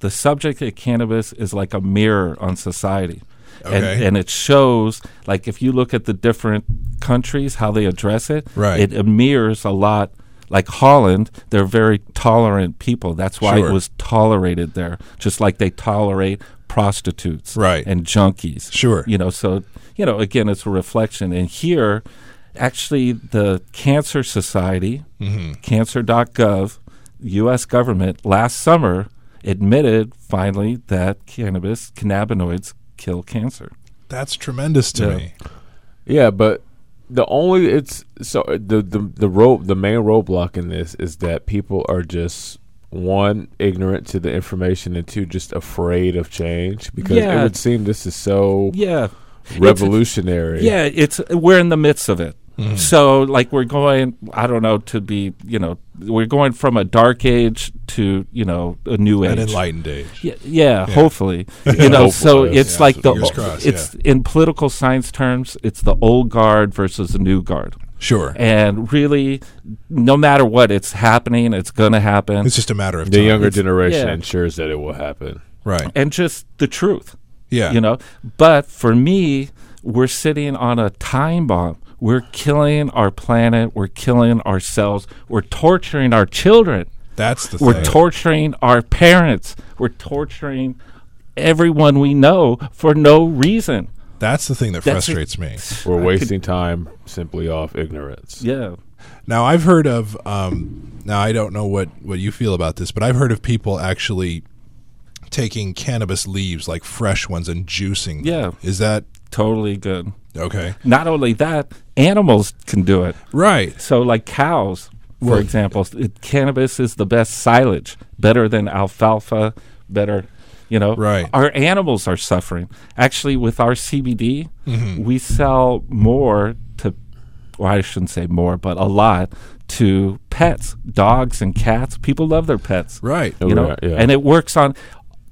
C: the subject of cannabis, is like a mirror on society, and,
B: Okay.
C: and it shows like if you look at the different countries how they address it,
B: Right.
C: It mirrors a lot. Like Holland, they're very tolerant people. That's why
B: Sure.
C: it was tolerated there, just like they tolerate prostitutes
B: Right.
C: and junkies
B: Sure.
C: you know so you know again it's a reflection and here actually the cancer society
B: Mm-hmm.
C: cancer.gov us government last summer admitted finally that cannabis cannabinoids kill cancer
B: that's tremendous to
C: Yeah.
B: me
D: Yeah, but the only it's so the the the rope the main roadblock in this is that people are just one ignorant to the information and two just afraid of change because it
C: Yeah.
D: would seem this is so
C: yeah
D: revolutionary.
C: yeah it's we're in the midst of it
B: Mm-hmm.
C: so like we're going i don't know to be you know we're going from a dark age to you know a new age
B: an enlightened age
C: Yeah, yeah, hopefully. You know,
D: Hopefully,
C: so
D: yes,
C: it's
B: yes,
C: like the
B: fingers crossed,
C: it's in political science terms, it's the old guard versus the new guard.
B: sure
C: And really no matter what it's happening, it's going to happen.
B: it's just a matter of
D: The
B: time
D: younger generation
C: yeah.
D: ensures that it will happen.
B: right
C: and just the truth.
B: yeah
C: You know, but for me, we're sitting on a time bomb. We're killing our planet, we're killing ourselves, we're torturing our children.
B: that's the
C: We're
B: thing
C: torturing our parents. We're torturing everyone we know for no reason.
B: that's the thing that
C: That's it.
B: frustrates me
D: We're wasting time simply off ignorance.
C: Yeah.
B: Now I've heard of um, now I don't know what what you feel about this, but I've heard of people actually taking cannabis leaves, like fresh ones, and juicing. them. is that
C: Totally good.
B: okay?
C: Not only that, animals can do it.
B: Right.
C: So, like cows, for
B: Well-
C: example, it, cannabis is the best silage, better than alfalfa, better, you know.
B: Right.
C: Our animals are suffering. Actually, with our CBD,
B: Mm-hmm.
C: we sell more to, well, I shouldn't say more, but a lot to pets, dogs and cats. People love their pets.
B: Right.
C: you know,
D: Right, yeah.
C: and it works on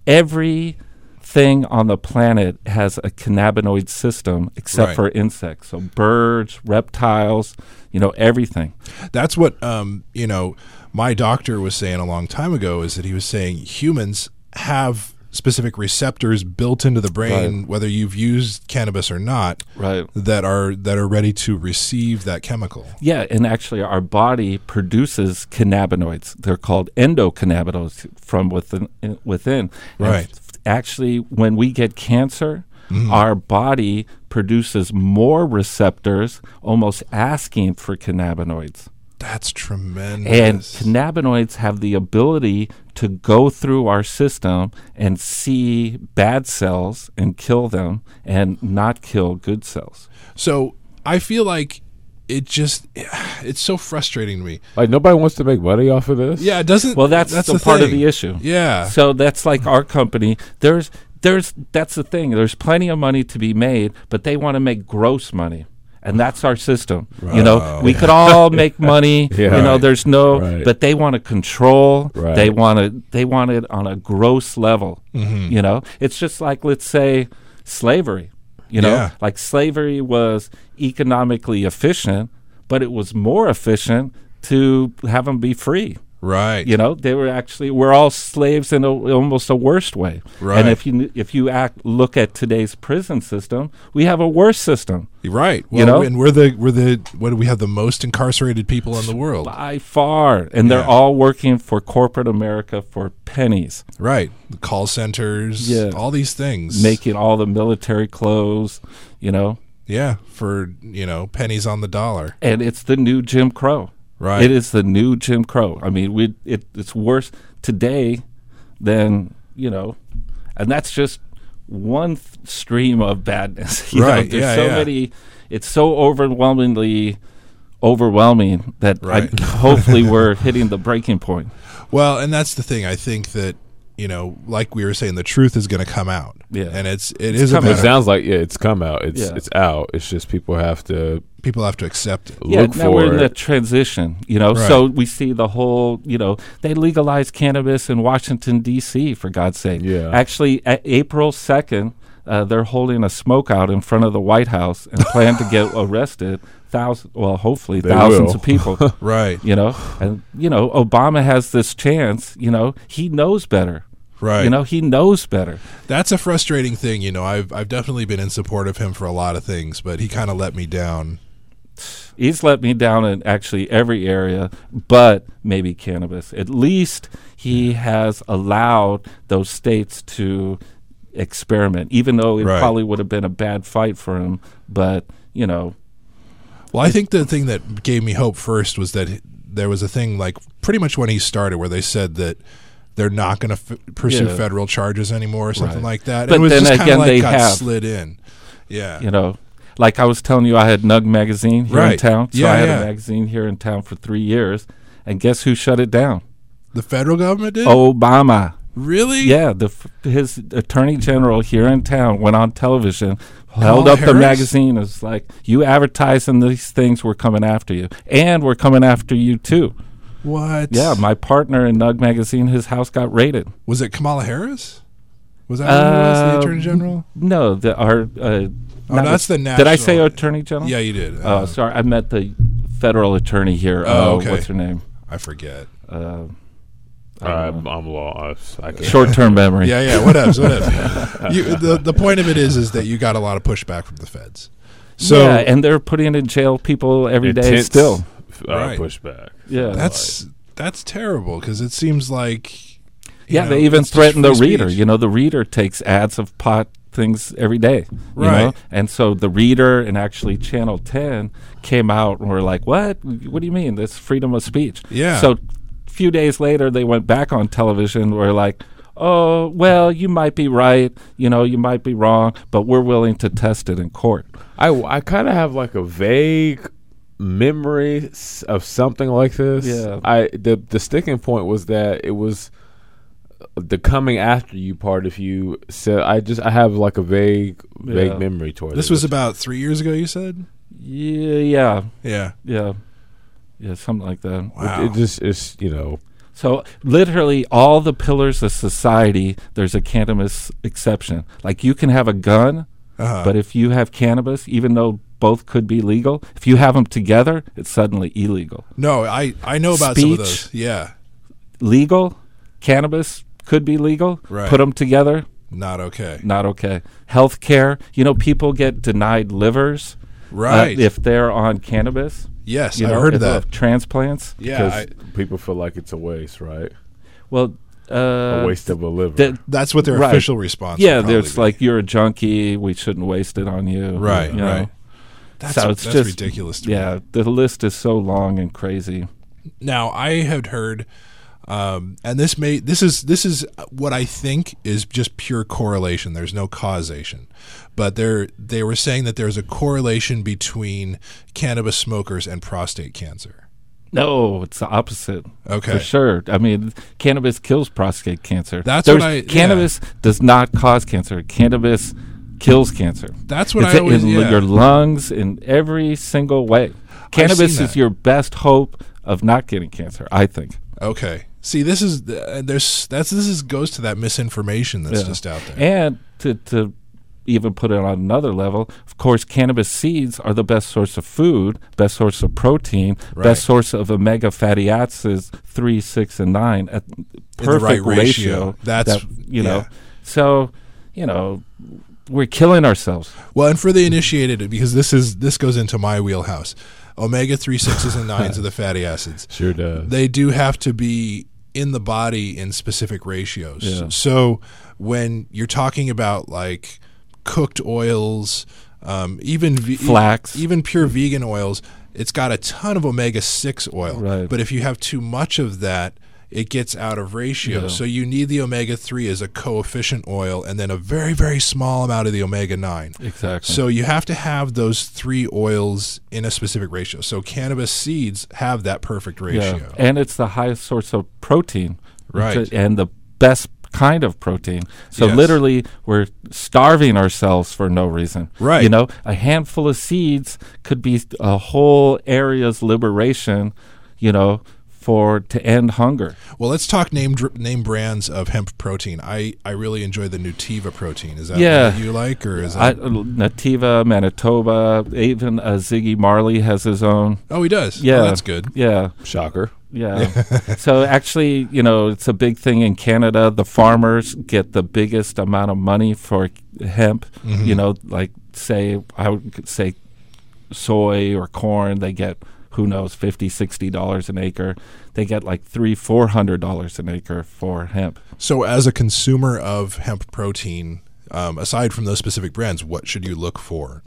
C: every thing on the planet has a cannabinoid system except
B: Right.
C: for insects so birds reptiles you know everything
B: That's what um, you know. My doctor was saying a long time ago is that he was saying humans have specific receptors built into the brain, whether you've used cannabis or not,
C: Right.
B: that are that are ready to receive that chemical.
C: yeah and actually our body produces cannabinoids they're called endocannabinoids from within within And
B: Right.
C: f- actually when we get cancer our body produces more receptors almost asking for cannabinoids
B: That's tremendous.
C: And cannabinoids have the ability to go through our system and see bad cells and kill them and not kill good cells.
B: So I feel like it just it's so frustrating to me.
D: Like nobody wants to make money off of this.
B: Yeah, it doesn't.
C: Well, that's, the, part of
B: thing.
C: the issue.
B: Yeah,
C: So that's like our company. There's there's that's the thing. There's plenty of money to be made, but they want to make gross money. And that's our system. You know, we could all make money.
D: Yeah.
C: You know, there's no
D: Right.
C: but they want to control.
D: Right.
C: They want to they want it on a gross level.
D: Mm-hmm.
C: You know? It's just like let's say slavery. You know,
B: Yeah.
C: like slavery was economically efficient, but it was more efficient to have them be free.
B: right.
C: You know, they were actually we're all slaves in a, almost a worst way.
B: Right.
C: And if you if you act look at today's prison system, we have a worse system
B: Right. Well,
C: know?
B: and we're the we're the what do we have the most incarcerated people in the world?
C: by far, and
B: Yeah.
C: they're all working for corporate America for pennies,
B: Right. The call centers.
C: Yeah.
B: All these things.
C: making all the military clothes. You know,
B: yeah for you know pennies on the dollar.
C: and it's the new Jim Crow.
B: Right.
C: It is the new Jim Crow. I mean, we it, it's worse today than you know, and that's just one th- stream of badness. You know,
B: Right,
C: there's
B: yeah,
C: so
B: yeah.
C: many. It's so overwhelmingly overwhelming that
B: Right.
C: I, hopefully we're hitting the breaking point.
B: Well, and that's the thing. I think that you know, like we were saying, the truth is going to come out.
C: Yeah.
B: and it's it is a
C: coming.
D: It
B: matter.
D: sounds like yeah, it's come out. It's
C: Yeah.
D: it's out. It's just people have to
B: People have to accept it.
C: Yeah,
D: look
C: now
D: for
C: we're in
D: it.
C: that transition, you know. So we see the whole, you know, they legalized cannabis in Washington D.C. for God's sake.
D: Yeah.
C: Actually, a- April second, uh, they're holding a smoke out in front of the White House and plan to get arrested thousands, well, hopefully
D: They
C: thousands
D: will.
C: of people.
B: Right,
C: you know, and you know, Obama has this chance. You know, he knows better.
B: right.
C: You know, he knows better.
B: that's a frustrating thing. You know, I've I've definitely been in support of him for a lot of things, but he kind of let me down.
C: He's let me down in actually every area, but maybe cannabis. At least he has allowed those states to experiment, even though it
B: Right.
C: probably would have been a bad fight for him. But you know,
B: Well, I think the thing that gave me hope first was that there was a thing like pretty much when he started where they said that they're not going to f- pursue
C: Yeah.
B: federal charges anymore or something
C: Right.
B: like that.
C: But
B: it was
C: then
B: just kinda
C: again,
B: like
C: they
B: got
C: have.
B: slid in. Yeah.
C: you know, like I was telling you, I had Nug magazine here in
B: Right.
C: town. So
B: Yeah,
C: I had
B: yeah.
C: a magazine here in town for three years, and guess who shut it down?
B: The federal government did?
C: Obama.
B: really?
C: Oh, Yeah, the f- his attorney general here in town went on television, held
B: Kamala
C: up the
B: Harris?
C: magazine, and was like, "You advertising these things? We're coming after you, and we're coming after you too."
B: What?
C: Yeah, my partner in Nug magazine, his house got raided.
B: was it Kamala Harris? Was that who it was, the
C: Uh,
B: attorney general?
C: No, the our. Uh,
B: Oh,
C: not-
B: that's the
C: Did I say
B: national-
C: attorney general?
B: Yeah, you did.
C: Oh,
B: Uh,
C: sorry, I met the federal attorney here.
B: Oh,
C: uh,
B: okay.
C: What's her name?
B: I forget.
C: Uh,
D: I'm, I'm lost. I can't.
C: Short-term memory.
B: Yeah, yeah. What else? What else? you, the the point of it is, is that you got a lot of pushback from the feds. So
C: yeah, and they're putting in jail people every day
D: Intense,
C: still.
D: uh,
B: Right.
D: pushback.
C: Yeah,
B: that's that's terrible because it seems like you
C: Yeah,
B: know,
C: they even
B: it's just
C: threaten the
B: free
C: reader.
B: speech.
C: You know, the reader takes ads of pot things every day. You Know?
B: Right.
C: And so the reader and actually Channel 10 came out and were like, what? What do you mean? That's freedom of speech.
B: Yeah.
C: So a few days later, they went back on television and were like, oh, well, you might be right. You know, you might be wrong, but we're willing to test it in court.
D: I, I kind of have like a vague memory s- of something like this.
C: Yeah.
D: I the the sticking point was that it was the coming after you part. If you said, I just I have like a vague vague
C: Yeah.
D: memory toward
B: This was about three years ago. You said,
C: Yeah, yeah,
B: yeah.
C: yeah. Yeah, something like that.
B: Wow.
D: It just is you know
C: So literally all the pillars of society, there's a cannabis exception. Like you can have a gun,
B: Uh-huh.
C: but if you have cannabis, even though both could be legal, if you have them together, it's suddenly illegal.
B: no, I I know about some of
C: Speech.
B: those. Yeah,
C: Legal, cannabis could be legal.
B: Right.
C: Put them together,
B: not okay.
C: not okay. Healthcare, you know, people get denied livers uh,
B: Right.
C: if they're on cannabis.
B: yes,
C: You
B: I
C: know,
B: heard
C: if
B: that.
C: of transplants.
B: Yeah, I,
D: because people feel like it's a waste, right?
C: Well, uh,
D: A waste of a liver.
C: that-
B: that's what their
C: Right.
B: official response.
C: yeah,
B: would probably
C: there's
B: be.
C: like you're a junkie. We shouldn't waste it on you.
B: right,
C: you know.
B: right. That's,
C: So it's
B: that's
C: just-
B: ridiculous. To me.
C: Yeah, the list is so long and crazy.
B: Now I had heard, um, and this may this is this is what I think is just pure correlation. There's no causation, but they they were saying that there's a correlation between cannabis smokers and prostate cancer.
C: No, it's the opposite.
B: Okay.
C: for sure. I mean, cannabis kills prostate cancer.
B: That's
C: There's,
B: what I- yeah.
C: Cannabis does not cause cancer. Cannabis kills cancer.
B: That's what
C: It's
B: I always.
C: in
B: yeah.
C: your lungs in every single way. Cannabis
B: seen
C: is
B: that.
C: your best hope of not getting cancer. I think.
B: okay. See, this is uh, there's that's this is goes to that misinformation that's
C: Yeah.
B: just out there.
C: And to, to even put it on another level, of course, cannabis seeds are the best source of food, best source of protein,
B: Right.
C: best source of omega fatty acids three, six, and nine at perfect
B: right ratio. That's-
C: you know.
B: yeah.
C: So, you know, we're killing ourselves.
B: Well, and for the initiated, because this is this goes into my wheelhouse. Omega three sixes and nines are the fatty acids.
D: sure does.
B: they do have to be in the body in specific ratios. So when you're talking about like cooked oils, um, even ve-
C: Flax.
B: even pure vegan oils, it's got a ton of omega six oil.
C: Right.
B: But if you have too much of that, it gets out of ratio. So you need the omega three as a coefficient oil, and then a very very small amount of the omega nine.
C: Exactly.
B: So you have to have those three oils in a specific ratio. So cannabis seeds have that perfect ratio.
C: And it's the highest source of protein.
B: Right.
C: It's a- And the best kind of protein. So
B: Yes.
C: literally, we're starving ourselves for no reason.
B: Right.
C: You know, a handful of seeds could be a whole area's liberation. You know, for to end hunger.
B: Well, let's talk name dr- name brands of hemp protein. I, I really enjoy the Nutiva protein. Is that
C: Yeah.
B: what you like, or is
C: I,
B: that?
C: Nativa, Manitoba, even uh, Ziggy Marley has his own.
B: oh, he does.
C: Yeah,
B: oh, that's good.
C: Yeah,
D: Shocker.
C: yeah. so actually, you know, it's a big thing in Canada. The farmers get the biggest amount of money for hemp. You know, like say I would could say soy or corn, they get who knows 50 60 dollars an acre they get like three four hundred dollars an acre for hemp
B: So, as a consumer of hemp protein, um, aside from those specific brands, what should you look for?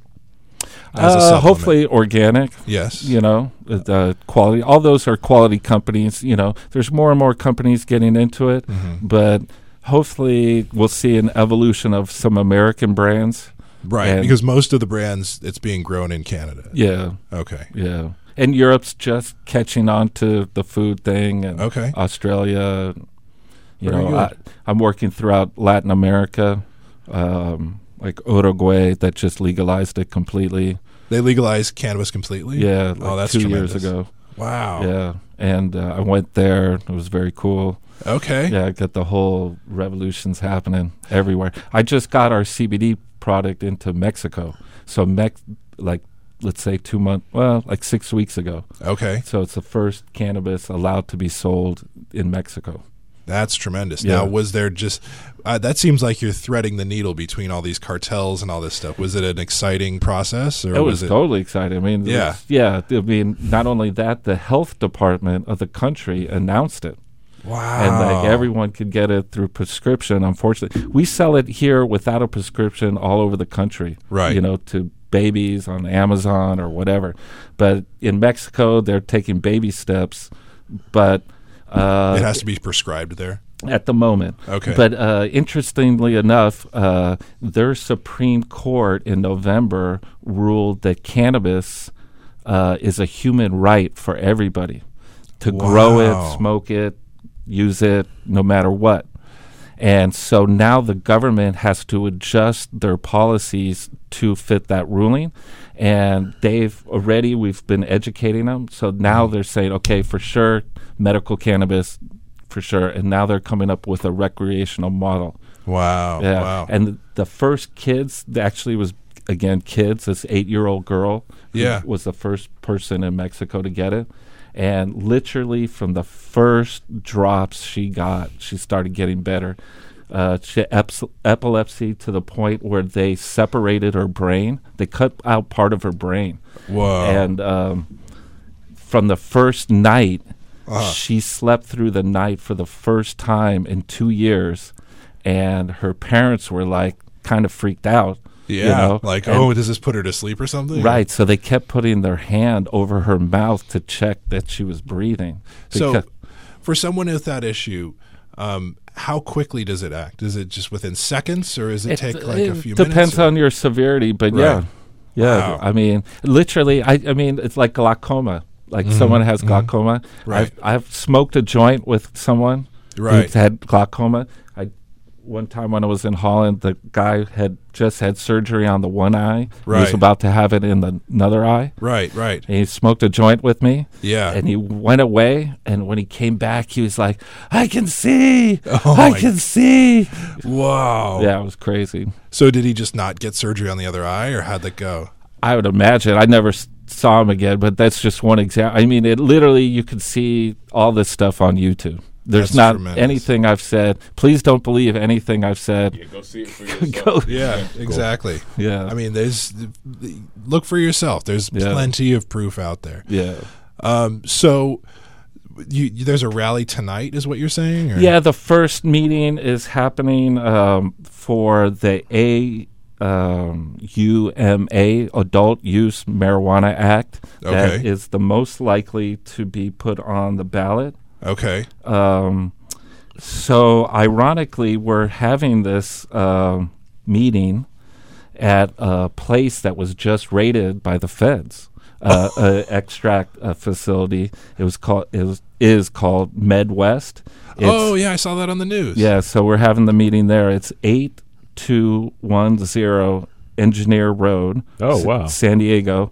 B: As a
C: Uh,
B: supplement.
C: hopefully organic
B: yes.
C: you know the, the quality all those are quality companies you know there's more and more companies getting into it
B: Mm-hmm.
C: but hopefully we'll see an evolution of some american brands
B: Right,
C: And-
B: because most of the brands it's being grown in Canada.
C: yeah
B: Okay.
C: yeah and europe's just catching on to the food thing and
B: Okay.
C: australia you
B: Very
C: know
B: good.
C: I, i'm working throughout latin america um, like uruguay that just legalized it completely
B: They legalized cannabis completely.
C: yeah
B: oh,
C: like
B: that's
C: two
B: tremendous. Oh.
C: years ago
B: Wow.
C: yeah and uh, i went there it was very cool
B: Okay.
C: Yeah, I got the whole revolutions happening everywhere. I just got our CBD product into Mexico. So, Mex- like, let's say two months, well, like six weeks ago.
B: Okay.
C: So, it's the first cannabis allowed to be sold in Mexico.
B: That's tremendous.
C: Yeah.
B: Now, was there just uh, that seems like you're threading the needle between all these cartels and all this stuff? Was it an exciting process, or
C: It was
B: it?
C: totally exciting. I mean, it
B: Yeah.
C: was- yeah. I mean, not only that, the health department of the country announced it.
B: wow.
C: and like everyone could get it through prescription. Unfortunately, we sell it here without a prescription all over the country.
B: Right.
C: You know, to babies on Amazon or whatever. But in Mexico, they're taking baby steps, but uh,
B: it has to be prescribed there.
C: at the moment.
B: Okay.
C: But uh, interestingly enough, uh, their Supreme Court in November ruled that cannabis uh, is a human right for everybody to grow
B: Wow.
C: it, smoke it, use it, no matter what. And so now the government has to adjust their policies to fit that ruling. And they've already, we've been educating them. So now they're saying, okay, for sure, medical cannabis, for sure. And now they're coming up with a recreational model.
B: Wow.
C: Yeah.
B: Wow.
C: And the first kids th- actually was again kids. This eight-year-old girl who
B: Yeah.
C: was the first person in Mexico to get it, and literally from the first drops she got, she started getting better. Uh, she had eps- epilepsy to the point where they separated her brain. They cut out part of her brain,
B: Whoa.
C: and um, from the first night,
B: Uh-huh.
C: she slept through the night for the first time in two years, and her parents were like kind of freaked out. you
B: yeah.
C: know,
B: Like,
C: and-
B: oh, does this put her to sleep or something?
C: right. So they kept putting their hand over her mouth to check that she was breathing.
B: So,
C: Because-
B: for someone with that issue, um, how quickly does it act? Is it just within seconds, or is it, take like a few minutes?
C: depends
B: or-
C: on your severity, but yeah,
B: Right.
C: yeah.
B: Wow.
C: I mean, literally, I, I mean, it's like glaucoma. Like someone has glaucoma.
B: Mm-hmm. Right.
C: I've, I've smoked a joint with someone
B: Right.
C: who's had glaucoma. I one time when I was in Holland, the guy had just had surgery on the one eye. He
B: Right.
C: was about to have it in the another eye.
B: Right, right.
C: And he smoked a joint with me.
B: Yeah.
C: And he went away. And when he came back, he was like, I can see.
B: Oh
C: I
B: my- Oh.
C: can see.
B: Wow.
C: Yeah, it was crazy.
B: So did he just not get surgery on the other eye, or how'd that go?
C: I would imagine. I never s- saw him again, but that's just one example. I mean, it literally you could see all this stuff on YouTube. There's
B: That's
C: not
B: tremendous.
C: anything I've said. Please don't believe anything I've said.
D: Yeah, go see it for yourself.
C: Go-
B: Yeah, exactly.
C: Yeah.
B: I mean, there's the, the, look for yourself. There's
C: Yeah.
B: plenty of proof out there.
C: yeah.
B: Um, so you, you- there's a rally tonight, is what you're saying? Or?
C: Yeah, the first meeting is happening um, for the A. Um, UMA Adult Use Marijuana Act that
B: Okay.
C: is the most likely to be put on the ballot.
B: Okay.
C: Um, so ironically, we're having this um meeting at a place that was just raided by the feds. uh, uh, extract uh, facility. It was called it was, is called MedWest. It's,
B: oh yeah, I saw that on the news.
C: yeah, so we're having the meeting there. It's eight two one zero Engineer Road.
D: Oh,
C: S-
D: wow.
C: San Diego.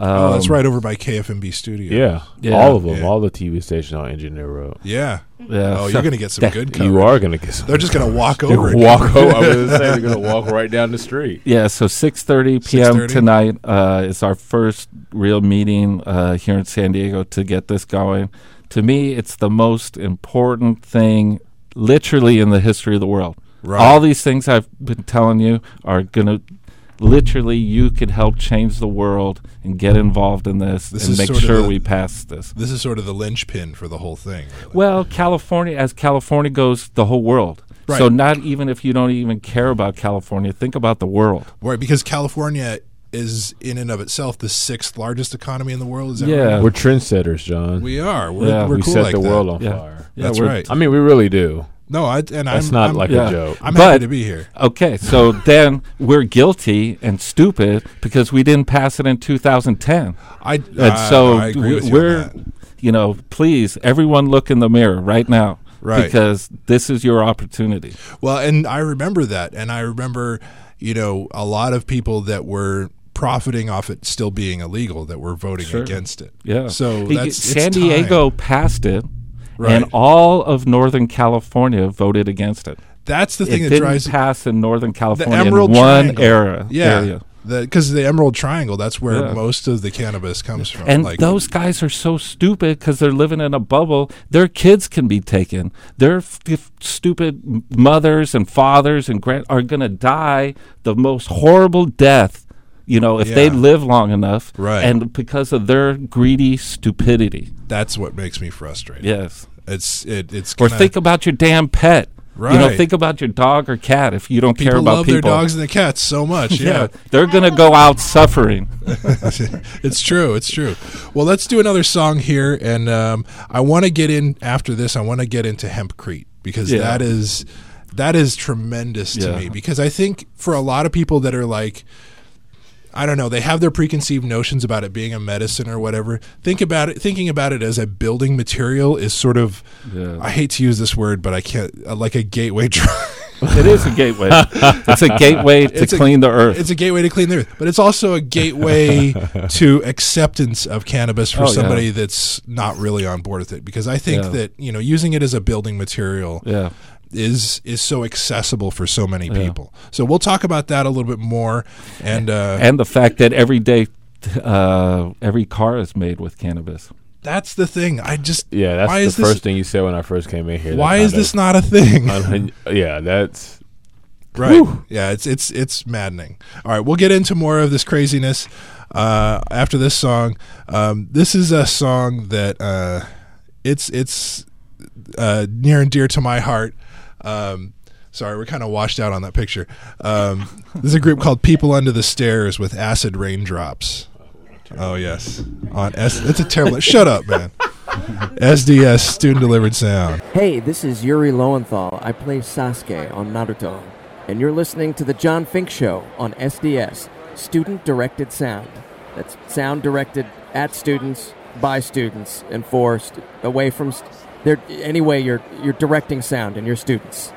B: Oh,
C: Um,
B: that's right over by KFMB studio.
D: Yeah.
C: Yeah.
D: all of them,
B: Yeah.
D: all the TV stations on Engineer Road.
B: Yeah.
C: Yeah,
B: Oh,
C: so-
B: you're gonna get some
C: that-
B: good coverage.
D: You are gonna get some.
B: They're just gonna walk
D: They
B: over. it.
D: walk over. I was gonna say they're gonna walk right down the street.
C: Yeah, so 6:30 p.m.
B: 6:30?
C: tonight uh, is our first real meeting uh, here in San Diego to get this going. To me, it's the most important thing, literally, in the history of the world.
B: Right.
C: All these things I've been telling you are gonna. Literally, you could help change the world and get involved in this,
B: This
C: and
B: is
C: make
B: sort of
C: sure
B: the-
C: we pass this.
B: This is sort of the linchpin for the whole thing. really.
C: Well, California, as California goes, the whole world.
B: Right.
C: So, not even if you don't even care about California, think about the world.
B: Right, because California is in and of itself the sixth largest economy in the world. Is that
C: Yeah.
B: right?
D: We're trendsetters, John. We,
B: we are. We're,
C: Yeah.
B: we're cool
D: set
B: like
D: the
B: that.
D: world on
C: Yeah.
D: fire.
C: Yeah,
B: That's
C: we're-
B: right.
D: I mean, we really do.
B: no, I and
D: That's
B: I'm
D: not
B: I'm-
D: like
C: yeah.
D: a joke.
B: I'm
C: But-
B: happy to be here.
C: Okay, so then we're guilty and stupid because we didn't pass it in 2010.
B: I uh,
C: And so
B: I agree with you on
C: we're,
B: that.
C: you know, please, everyone look in the mirror right now.
B: Right.
C: Because this is your opportunity.
B: Well, and I remember that, and I remember, you know, a lot of people that were profiting off it still being illegal that were voting against it.
C: Yeah.
B: So
C: He-
B: that's it's
C: San
B: time.
C: Diego passed it,
B: Right.
C: and all of Northern California voted against it.
B: That's the
C: It
B: thing that
C: didn't
B: drives
C: pass in Northern
B: the
C: California
B: Emerald
C: in one
B: Triangle.
C: era.
B: Yeah.
C: area.
B: Because the, Emerald Triangle, that's where
C: Yeah.
B: most of the cannabis comes from.
C: And
B: like,
C: those guys are so stupid because they're living in a bubble. Their kids can be taken. Their f- f- stupid m- mothers and fathers and grand are going to die the most horrible death. You know, if they
B: Yeah.
C: live long enough,
B: Right.
C: And because of their greedy stupidity.
B: that's what makes me frustrated.
C: Yes.
B: It's it, it's
C: Or
B: gonna,
C: think about your damn pet. You know,
B: Right.
C: think about your dog or cat if you don't
B: people
C: care about
B: love
C: people.
B: their dogs and their cats so much.
C: yeah.
B: Yeah,
C: they're going to go out suffering.
B: it's true. It's true. Well, let's do another song here, and um, I want to get in after this. I want to get into Hempcrete because
C: Yeah.
B: that is that is tremendous to
C: Yeah.
B: me because I think for a lot of people that are like. I don't know. They have their preconceived notions about it being a medicine or whatever. Think about it. Thinking about it as a building material is sort of.
C: Yeah.
B: I hate to use this word, but I can't. Uh, like a gateway drug.
C: it is a gateway. it's a gateway to
B: It's a-
C: clean the earth.
B: it's a gateway to clean the earth, but it's also a gateway to acceptance of cannabis for
C: Oh, yeah.
B: somebody that's not really on board with it. Because I think
C: Yeah.
B: that you know using it as a building material
C: yeah.
B: is is so accessible for so many people. So we'll talk about that a little bit more. And, uh,
C: and the fact that every day uh, every car is made with cannabis
B: that's the thing. I just
D: Yeah, that's
B: why
D: the
B: is this,
D: first thing you said when I first came in here.
B: Why
D: That
B: is
D: kind
B: this not a thing?
D: of unhing- yeah, that's
B: Right. Yeah, it's it's it's maddening. All right, we'll get into more of this craziness uh, after this song. Um, this is a song that uh, it's it's uh, near and dear to my heart. Um, sorry, we're kind of washed out on that picture. Um, there's a group called People Under the Stairs with Acid Raindrops. Oh yes, on S. That's a terrible. shut up, man. SDS student delivered sound.
E: Hey, this is Yuri Lowenthal. I play Sasuke on Naruto. And you're listening to The John Fink Show on SDS, Student Directed Sound. That's sound directed at students, by students, and for, stu- away from. St- there, anyway, you're, you're directing sound and your students.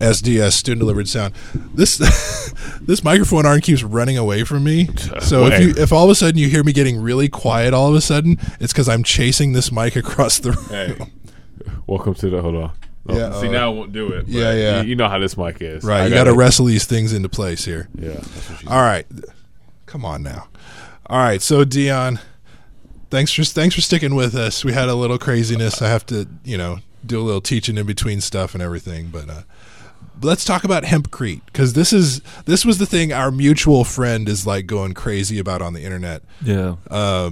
B: SDS student delivered sound. This this microphone arm keeps running away from me. So if you if all of a sudden you hear me getting really quiet all of a sudden, it's because I'm chasing this mic across the room.
D: welcome to the hold on. Oh,
B: Yeah,
D: see
B: uh,
D: now I won't do it. but
B: yeah, yeah.
D: You, you know how this mic is.
B: Right,
D: I
B: you got
D: gotta-
B: to wrestle these things into place here.
D: Yeah. that's what she
B: All right, come on now. All right, so Dion, thanks for thanks for sticking with us. We had a little craziness. I have to you know do a little teaching in between stuff and everything, but. uh Let's talk about hempcrete because this is this was the thing our mutual friend is like going crazy about on the internet.
C: yeah
B: Uh,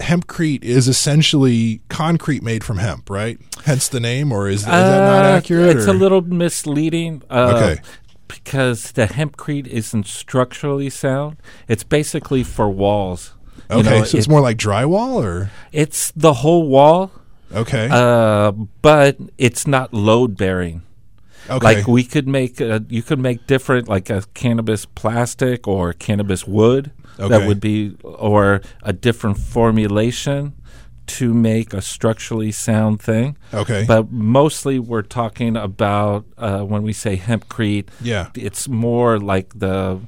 B: hempcrete is essentially concrete made from hemp, right? Hence the name, or is, is that not accurate?
C: Uh, it's
B: or-
C: a little misleading uh,
B: Okay.
C: because the hempcrete isn't structurally sound it's basically for walls You
B: okay.
C: know,
B: so it's
C: it-
B: more like drywall, or
C: it's the whole wall
B: okay,
C: uh, but it's not load bearing
B: okay,
C: Like we could make, uh you could make different, like a cannabis plastic or cannabis wood.
B: Okay.
C: that would be or a different formulation to make a structurally sound thing.
B: Okay.
C: But mostly we're talking about uh, when we say hempcrete,
B: Yeah.
C: it's more like the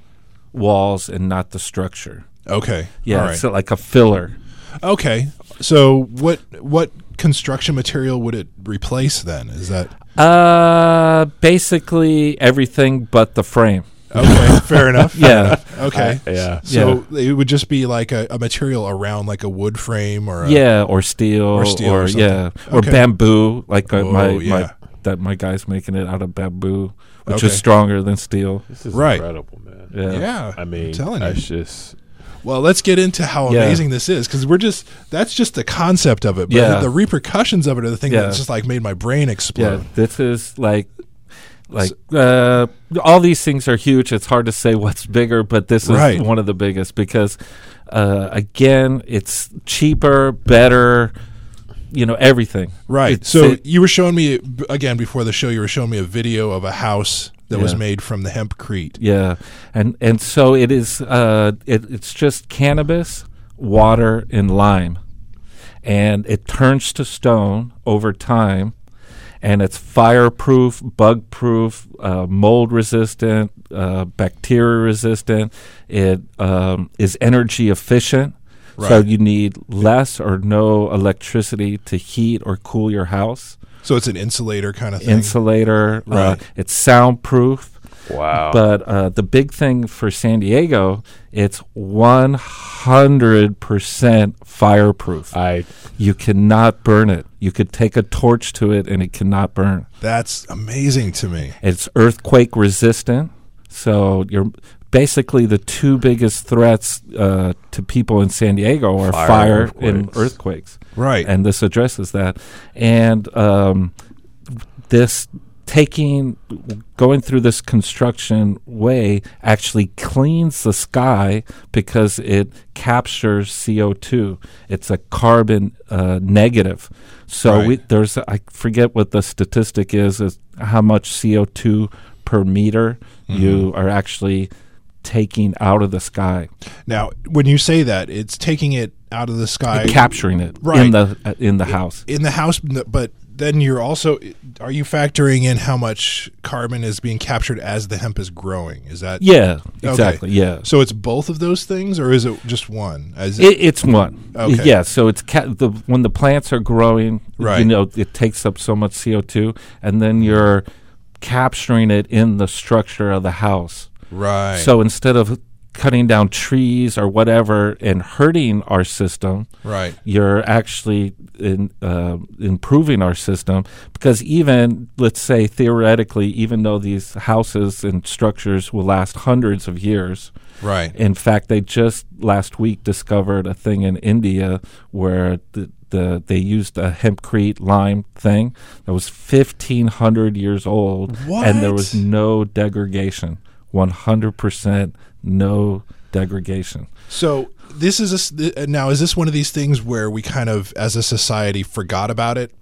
C: walls and not the structure.
B: Okay.
C: Yeah,
B: All right.
C: so like a filler.
B: okay. So what what construction material would it replace then? Is that
C: Uh, basically everything but the frame.
B: okay? fair enough.
C: Yeah.
B: Okay.
D: yeah.
B: So it would just be like a, a material around like a wood frame or a,
C: yeah, or steel, or,
B: steel Uh, or something.
C: yeah, or
B: Okay.
C: bamboo. Like uh,
B: Oh,
C: my
B: yeah.
C: my that my guy's making it out of bamboo, which
B: Okay.
C: is stronger than steel.
D: This is
B: Right.
D: incredible, man.
C: Yeah.
B: Yeah.
D: I mean,
B: I'm telling you.
D: that's just
B: Well, let's get into how
C: Yeah.
B: amazing this is because we're just that's just the concept of it, but
C: Yeah.
B: the repercussions of it are the thing
C: Yeah.
B: that's just like made my brain
C: Yeah,
B: explode.
C: this is like like uh, all these things are huge. It's hard to say what's bigger, but this is
B: Right.
C: one of the biggest because uh, again, it's cheaper, better, you know, everything.
B: Right.
C: It's-
B: so
C: it-
B: you were showing me b- again before the show. You were showing me a video of a house that was
C: Yeah.
B: made from the hempcrete.
C: yeah, and and so it is. Uh, it, it's just cannabis, water, and lime, and it turns to stone over time, and it's fireproof, bug-proof, uh, mold-resistant, uh, bacteria-resistant. It um, is energy efficient. So
B: Right.
C: you need less or no electricity to heat or cool your house.
B: So it's an insulator kind of thing.
C: Insulator. Uh,
B: Right.
C: it's soundproof.
D: wow.
C: But uh, the big thing for San Diego, it's 100% fireproof.
D: I
C: you cannot burn it. You could take a torch to it and it cannot burn.
B: that's amazing to me.
C: It's earthquake resistant. So you're basically the two biggest threats uh, to people in San Diego are
D: Fire
C: fire,
D: and
C: and
D: earthquakes.
C: earthquakes.
B: Right.
C: And this addresses that. And um, this taking, going through this construction way actually cleans the sky because it captures CO2. It's a carbon uh, negative. So
B: Right.
C: we, there's, I forget what the statistic is, is how much CO2 per meter
B: Mm-hmm.
C: you are actually taking out of the sky,
B: now, when you say that, it's taking it out of the sky,
C: capturing it in
B: Right.
C: the uh, in the house.
B: in the house, n- but then you're also are you factoring in how much carbon is being captured as the hemp is growing? Is that
C: Yeah,
B: Okay.
C: exactly. Yeah.
B: So it's both of those things, or is it just one? Is it,
C: It, it's one.
B: Okay.
C: Yeah. So it's ca- the when the plants are growing,
B: Right.
C: you know, it takes up so much CO two, and then you're capturing it in the structure of the house.
B: right.
C: So instead of cutting down trees or whatever and hurting our system,
B: right.
C: you're actually in, uh, improving our system because even let's say theoretically, even though these houses and structures will last hundreds of years,
B: Right.
C: in fact, they just last week discovered a thing in India where the, the they used a hempcrete lime thing that was 1500 years old and there was
B: What?
C: no degradation. 100% no degradation.
B: So this is a, s- th- uh, now is this one of these things where we kind of as a society forgot about it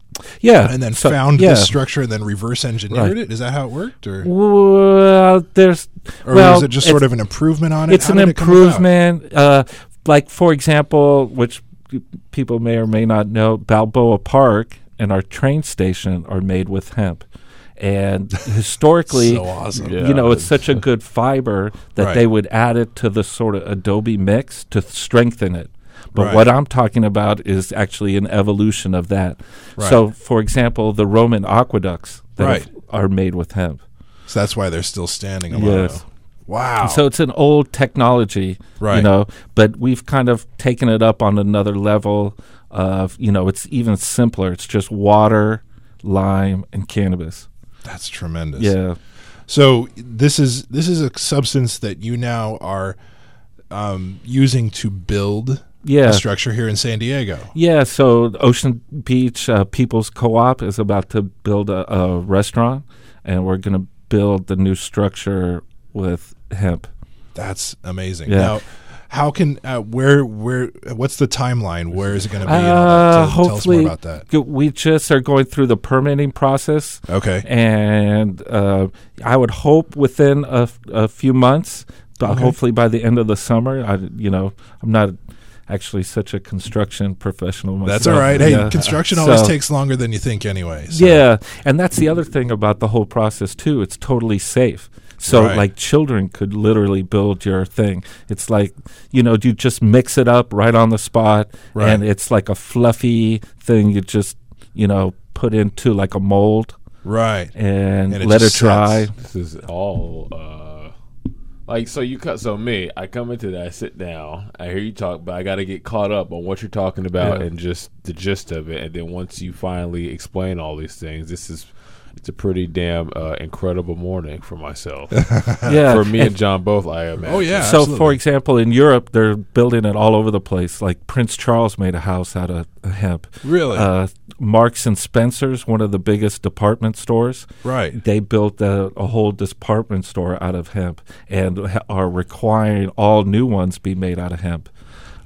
C: Yeah.
B: and then
C: so-
B: found
C: yeah.
B: this structure and then reverse engineered
C: Right.
B: it? Is that how it worked, or
C: Well, there's
B: or
C: well,
B: was it just
C: it's-
B: sort of an improvement on it?
C: it's
B: How
C: an
B: did it come about?
C: improvement. Uh, like for example, which p- people may or may not know, Balboa Park and our train station are made with hemp, and historically.
B: So awesome.
D: Yeah.
C: You know, it's such a good fiber that
B: Right.
C: they would add it to the sort of adobe mix to strengthen it. But
B: Right.
C: what I'm talking about is actually an evolution of that. So, for example, the Roman aqueducts that
B: Right.
C: are made with hemp.
B: So that's why they're still standing. a lot
C: Yes.
B: of them. Wow.
C: So it's an old technology,
B: Right.
C: you know, but we've kind of taken it up on another level of, you know, it's even simpler. It's just water, lime, and cannabis.
B: that's tremendous.
C: Yeah.
B: So this is this is a substance that you now are um, using to build
C: Yeah.
B: a structure here in San Diego.
C: Yeah. So Ocean Beach uh, People's Co op is about to build a, a restaurant, and we're going to build the new structure with hemp.
B: That's amazing.
C: Yeah.
B: Now, how can uh, where where what's the timeline? Where is it going to be? and all that?
C: Uh,
B: Tell- tell us more
C: hopefully,
B: about that.
C: g- we just are going through the permitting process.
B: Okay.
C: and uh, I would hope within a, f- a few months uh, hopefully by the end of the summer. I, you know, I'm not actually such a construction professional. Myself.
B: That's all right. Hey,
C: Yeah.
B: construction
C: So-
B: always takes longer than you think, anyway. so-
C: Yeah, and that's the other thing about the whole process too. It's totally safe. So
B: Right.
C: like children could literally build your thing. It's like, you know, you just mix it up right on the spot
B: Right.
C: and it's like a fluffy thing you just, you know, put into like a mold
B: Right.
C: and,
B: And it
C: let it
B: just
C: dry.
B: sets.
D: This is all uh like so you cut so me, I come into that, I sit down, I hear you talk, but I gotta get caught up on what you're talking about
C: Yeah.
D: and just the gist of it. And then once you finally explain all these things, this is it's a pretty damn uh, incredible morning for myself.
C: yeah.
D: for me
C: and
D: and John both, I imagine.
B: Oh yeah.
C: so
B: absolutely.
C: for example, in Europe they're building it all over the place. Like Prince Charles made a house out of hemp.
B: Really?
C: Uh, Marks and Spencer's, one of the biggest department stores.
B: right.
C: they built a, a whole department store out of hemp and ha- are requiring all new ones be made out of hemp.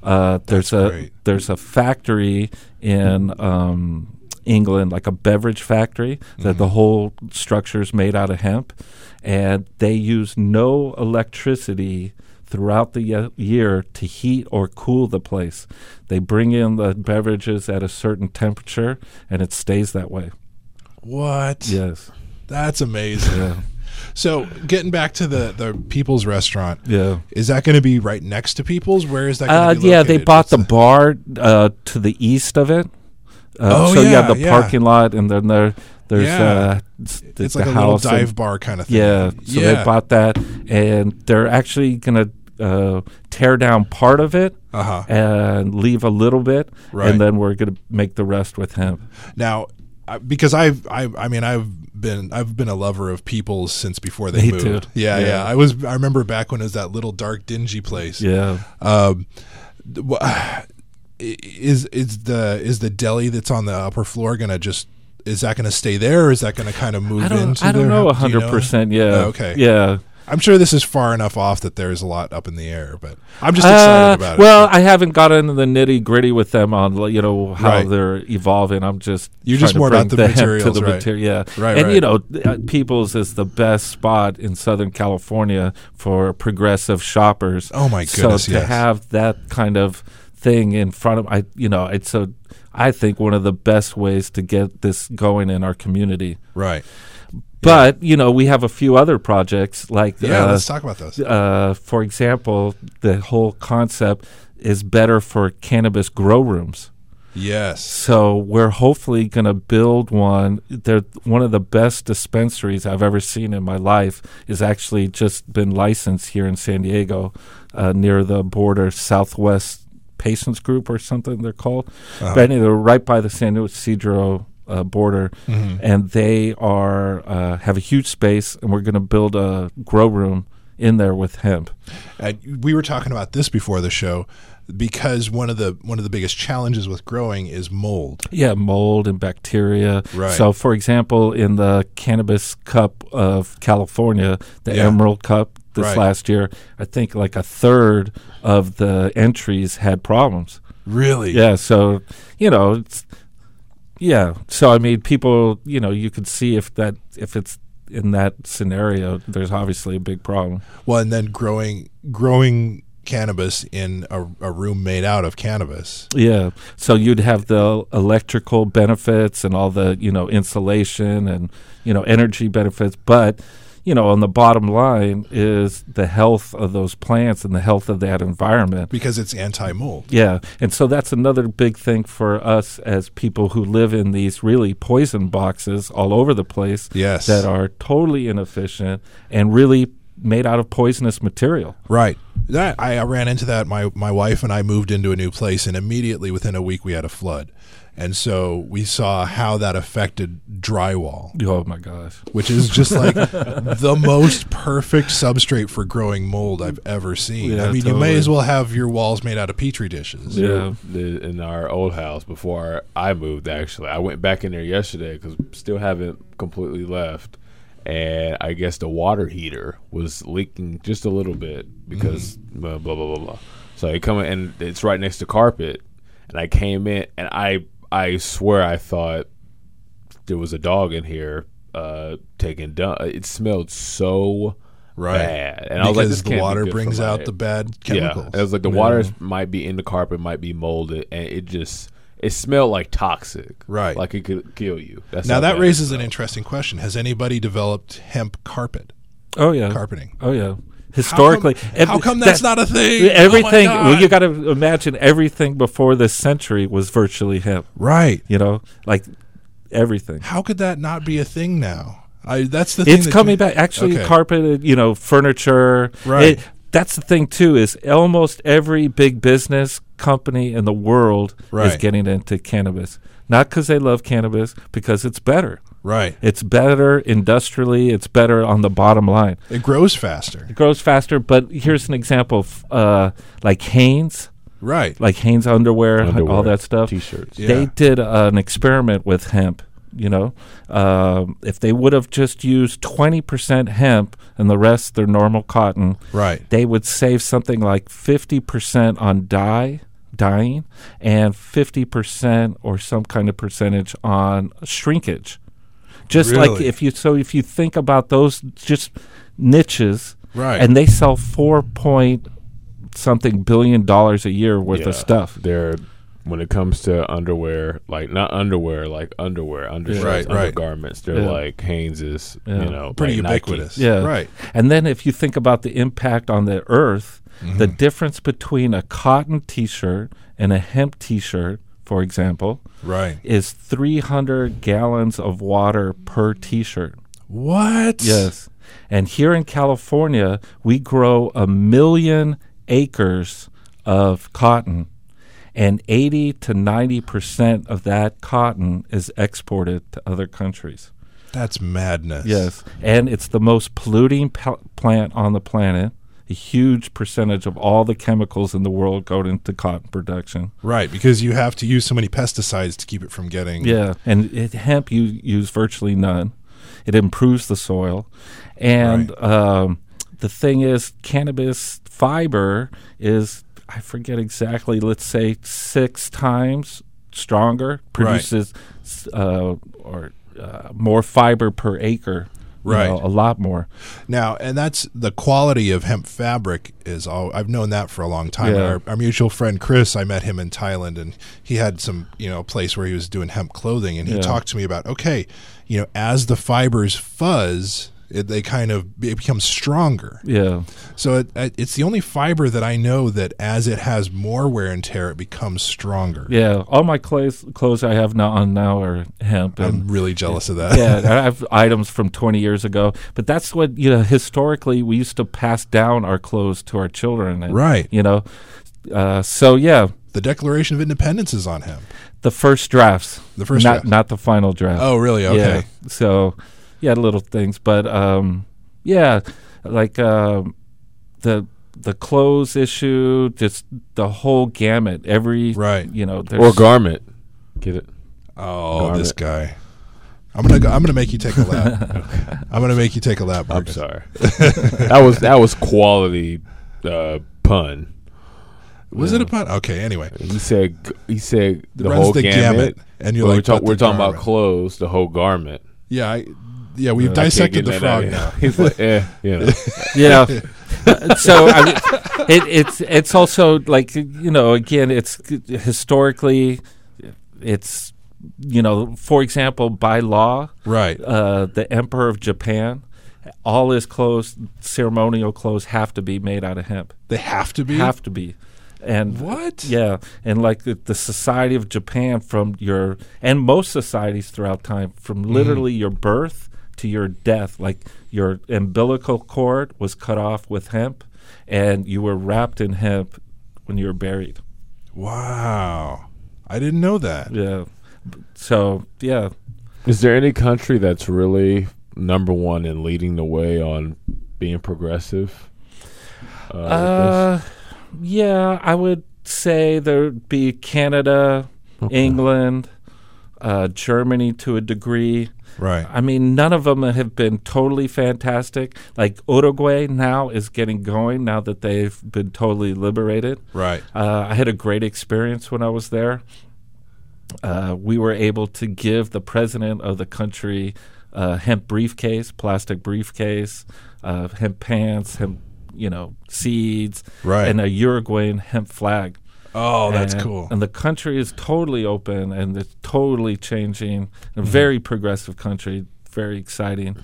C: Uh, there's a
B: great.
C: there's a factory in um, England, like a beverage factory,
B: Mm-hmm.
C: that the whole structure is made out of hemp, and they use no electricity throughout the ye- year to heat or cool the place. They bring in the beverages at a certain temperature, and it stays that way.
B: What?
C: Yes.
B: That's amazing. So getting back to the the People's Restaurant.
C: Yeah.
B: Is that going to be right next to People's? Where is that? Gonna
C: Uh,
B: be
C: yeah, they
B: located?
C: bought
B: What's
C: the bar uh, to the east of it. Uh,
B: Oh,
C: so you
B: yeah,
C: have the
B: yeah.
C: parking lot, and then there, there's
B: Yeah.
C: uh, it's,
B: It's
C: the
B: like a little
C: house and-
B: dive bar kind of thing.
C: yeah, so
B: yeah.
C: they bought that, and they're actually gonna uh, tear down part of it
B: Uh-huh.
C: and leave a little bit,
B: Right.
C: and then we're gonna make the rest with him.
B: Now, I- because I've, I, I mean, I've been, I've been a lover of people's since before they
C: Me
B: moved.
C: too.
B: Yeah, yeah,
C: Yeah.
B: I was, I remember back when it was that little dark, dingy place.
C: Yeah,
B: Um, th- wha- is is the is the deli that's on the upper floor gonna just is that gonna stay there or is that gonna kind of move
C: I don't,
B: into
C: I don't
B: there?
C: know,
B: Do you
C: hundred percent. Yeah,
B: Oh, okay.
C: yeah.
B: I'm sure this is far enough off that there's a lot up in the air, but I'm just excited
C: Uh,
B: about
C: well,
B: it.
C: I haven't gotten into the nitty gritty with them on like, you know how
B: Right.
C: they're evolving. I'm just
B: You're
C: trying
B: just
C: to
B: more about
C: bring
B: the
C: hemp to
B: materials,
C: the
B: right.
C: materi- yeah.
B: Right,
C: and
B: right.
C: you know, th- uh, People's is the best spot in Southern California for progressive shoppers.
B: Oh, my goodness,
C: So to
B: yes.
C: have that kind of thing in front of I, you know, it's a I think one of the best ways to get this going in our community.
B: right.
C: But you know, we have a few other projects like
B: Yeah,
C: uh,
B: let's talk about those.
C: uh, for example, the whole concept is better for cannabis grow rooms.
B: Yes.
C: So we're hopefully going to build one. They're one of the best dispensaries I've ever seen in my life. Is actually just been licensed here in San Diego, uh, near the border, Southwest Patients Group or something they're called. But anyway, they're right by the San Ysidro uh, border, and they are uh, have a huge space, and we're going to build a grow room in there with hemp.
B: And Uh, we were talking about this before the show because one of the one of the biggest challenges with growing is mold.
C: Yeah, mold and bacteria.
B: Right.
C: So, for example, in the cannabis cup of California, the
B: Yeah.
C: Emerald Cup this
B: Right.
C: last year, I think like a third of the entries had problems.
B: Really?
C: Yeah. So, you know, it's, yeah. So, I mean, people, you know, you could see if that, if it's in that scenario, there's obviously a big problem.
B: Well, and then growing growing cannabis in a, a room made out of cannabis.
C: Yeah. So you'd have the electrical benefits and all the, you know, insulation and, you know, energy benefits. But, you know, on the bottom line is the health of those plants and the health of that environment.
B: Because it's anti mold.
C: Yeah. And so that's another big thing for us as people who live in these really poison boxes all over the place
B: Yes.
C: that are totally inefficient and really made out of poisonous material.
B: Right. That I I ran into that. My my wife and I moved into a new place, and immediately within a week we had a flood, and so we saw how that affected drywall,
C: Oh, my gosh.
B: which is just like the most perfect substrate for growing mold I've ever seen. I
C: Yeah,
B: mean, you may
C: totally.
B: as well have your walls made out of petri dishes.
C: Yeah.
D: the- in our old house before I moved. Actually, I went back in there yesterday because still haven't completely left, and I guess the water heater was leaking just a little bit because
B: Mm-hmm.
D: blah blah blah blah. blah. So I come in and it's right next to carpet, and I came in and I I swear I thought there was a dog in here uh, taking dump. It smelled so
B: right?
D: bad. And I was like,
B: because
D: this can't
B: the
D: be
B: water
D: good for
B: brings
D: my-
B: out the bad
D: Yeah,
B: chemicals.
D: it was like the
B: Yeah.
D: water might be in the carpet, might be molded, and it just it smelled like toxic.
B: Right.
D: like it could kill you. That's
B: Now
D: how
B: that
D: bad it
B: raises an
D: smelled.
B: interesting question: Has anybody developed hemp carpet
C: Oh yeah,
B: carpeting?
C: Oh yeah, historically.
B: how come,
C: ev-
B: how come that's
C: that-
B: not a thing?
C: Everything.
B: Oh my
C: well, you
B: God.
C: got to imagine everything before this century was virtually hemp.
B: right.
C: You know, like everything.
B: How could that not be a thing now? I that's the thing
C: It's
B: that
C: coming
B: you-
C: back. Actually,
B: Okay.
C: carpeted. You know, furniture.
B: Right.
C: that's the thing too. Is almost every big business company in the world is
B: Right.
C: getting into cannabis. Not because they love cannabis, because it's better.
B: Right.
C: It's better industrially. It's better on the bottom line.
B: It grows faster.
C: It grows faster. But here's an example. Of, uh, like Hanes.
B: Right.
C: like Hanes underwear, all
D: Underwear,
C: that stuff.
D: T-shirts.
B: Yeah.
C: They did an experiment with hemp. You know, um, if they would have just used twenty percent hemp and the rest their normal cotton,
B: Right.
C: they would save something like fifty percent on dye dyeing and fifty percent or some kind of percentage on shrinkage. Just like
B: Really?
C: if you so if you think about those just niches,
B: Right.
C: And they sell four point something billion dollars a year worth
D: Yeah.
C: of stuff.
D: They're when it comes to underwear, like not underwear, like underwear,
B: Right,
D: undershirts,
B: right.
D: undergarments. They're
C: Yeah.
D: like Haynes's,
C: Yeah.
D: you know,
B: Pretty
D: like Nike.
B: ubiquitous.
C: Yeah.
B: Right.
C: And then if you think about the impact on the earth,
B: Mm-hmm.
C: the difference between a cotton t shirt and a hemp t shirt, for example,
B: Right.
C: is 300 gallons of water per t shirt.
B: What?
C: Yes. And here in California, we grow a million acres of cotton, and 80 to 90% of that cotton is exported to other countries.
B: That's madness.
C: Yes, and it's the most polluting pa- plant on the planet. A huge percentage of all the chemicals in the world go into cotton production.
B: Right, because you have to use so many pesticides to keep it from getting
C: Yeah, and it, hemp you use virtually none. It improves the soil, and um, the thing is, cannabis fiber is I forget exactly. Let's say six times stronger produces s uh, or uh, more fiber per acre. you
B: Right.
C: know, a lot more.
B: Now, and that's the quality of hemp fabric is all I've known that for a long time.
C: Yeah.
B: Our, our mutual friend Chris, I met him in Thailand and he had some, you know, place where he was doing hemp clothing and he
C: Yeah.
B: talked to me about, okay, you know, as the fibers fuzz, it, they kind of it becomes stronger.
C: Yeah.
B: So it, it- it's the only fiber that I know that as it has more wear and tear, it becomes stronger.
C: Yeah, all my clothes clothes I have now on now are hemp.
B: I'm
C: And
B: really jealous of that.
C: yeah, I have items from 20 years ago, but that's what you know. Historically, we used to pass down our clothes to our children. and,
B: Right.
C: You know, uh, so yeah,
B: the Declaration of Independence is on hemp.
C: the first drafts.
B: The first
C: not
B: draft.
C: not the final draft.
B: Oh, really? Okay.
C: Yeah. So, yeah, little things, but um, yeah, like um the the clothes issue, just the whole gamut. Every
B: Right.
C: You know, there's
D: or garment. Get it?
B: Oh,
D: Darn
B: this
D: it.
B: guy. I'm gonna go, I'm gonna make you take a lap. I'm gonna make you take a lap.
D: I'm
B: Marcus.
D: sorry. that was that was quality uh, pun.
B: Was it a pun? Okay. Anyway,
D: He said g- he said the
B: runs
D: whole
B: the
D: gamut,
B: gamut, and you're
D: but
B: like,
D: we're, talk-
B: but the
D: we're talking about
B: garment.
D: clothes, the whole garment.
B: yeah, I, yeah, we've
D: I can't
B: dissected
D: get
B: the
D: that
B: frog
D: out of
B: now.
D: here. He's like, eh, you know.
C: yeah. so I mean, it, it's it's also like you know again it's historically it's you know for example by law
B: Right.
C: uh, the emperor of Japan all his clothes ceremonial clothes have to be made out of hemp
B: They have to be.
C: have to be and
B: What?
C: yeah and like the, the society of japan from your and most societies throughout time from literally your birth to your death like your umbilical cord was cut off with hemp and you were wrapped in hemp when you were buried
B: Wow. I didn't know that.
C: yeah so yeah
D: Is there any country that's really number one in leading the way on being progressive? Uh, with
C: uh, yeah i would say there'd be canada england uh, germany to a degree
B: Right.
C: I mean, none of them have been totally fantastic. Like Uruguay now is getting going now that they've been totally liberated.
B: Right.
C: Uh, I had a great experience when I was there. Uh, we were able to give the president of the country uh, hemp briefcase, plastic briefcase, uh, hemp pants, hemp you know seeds,
B: Right.
C: and a Uruguayan hemp flag.
B: Oh, that's
C: And-
B: cool.
C: And the country is totally open and it's totally changing.
B: Mm-hmm.
C: A very progressive country, very exciting.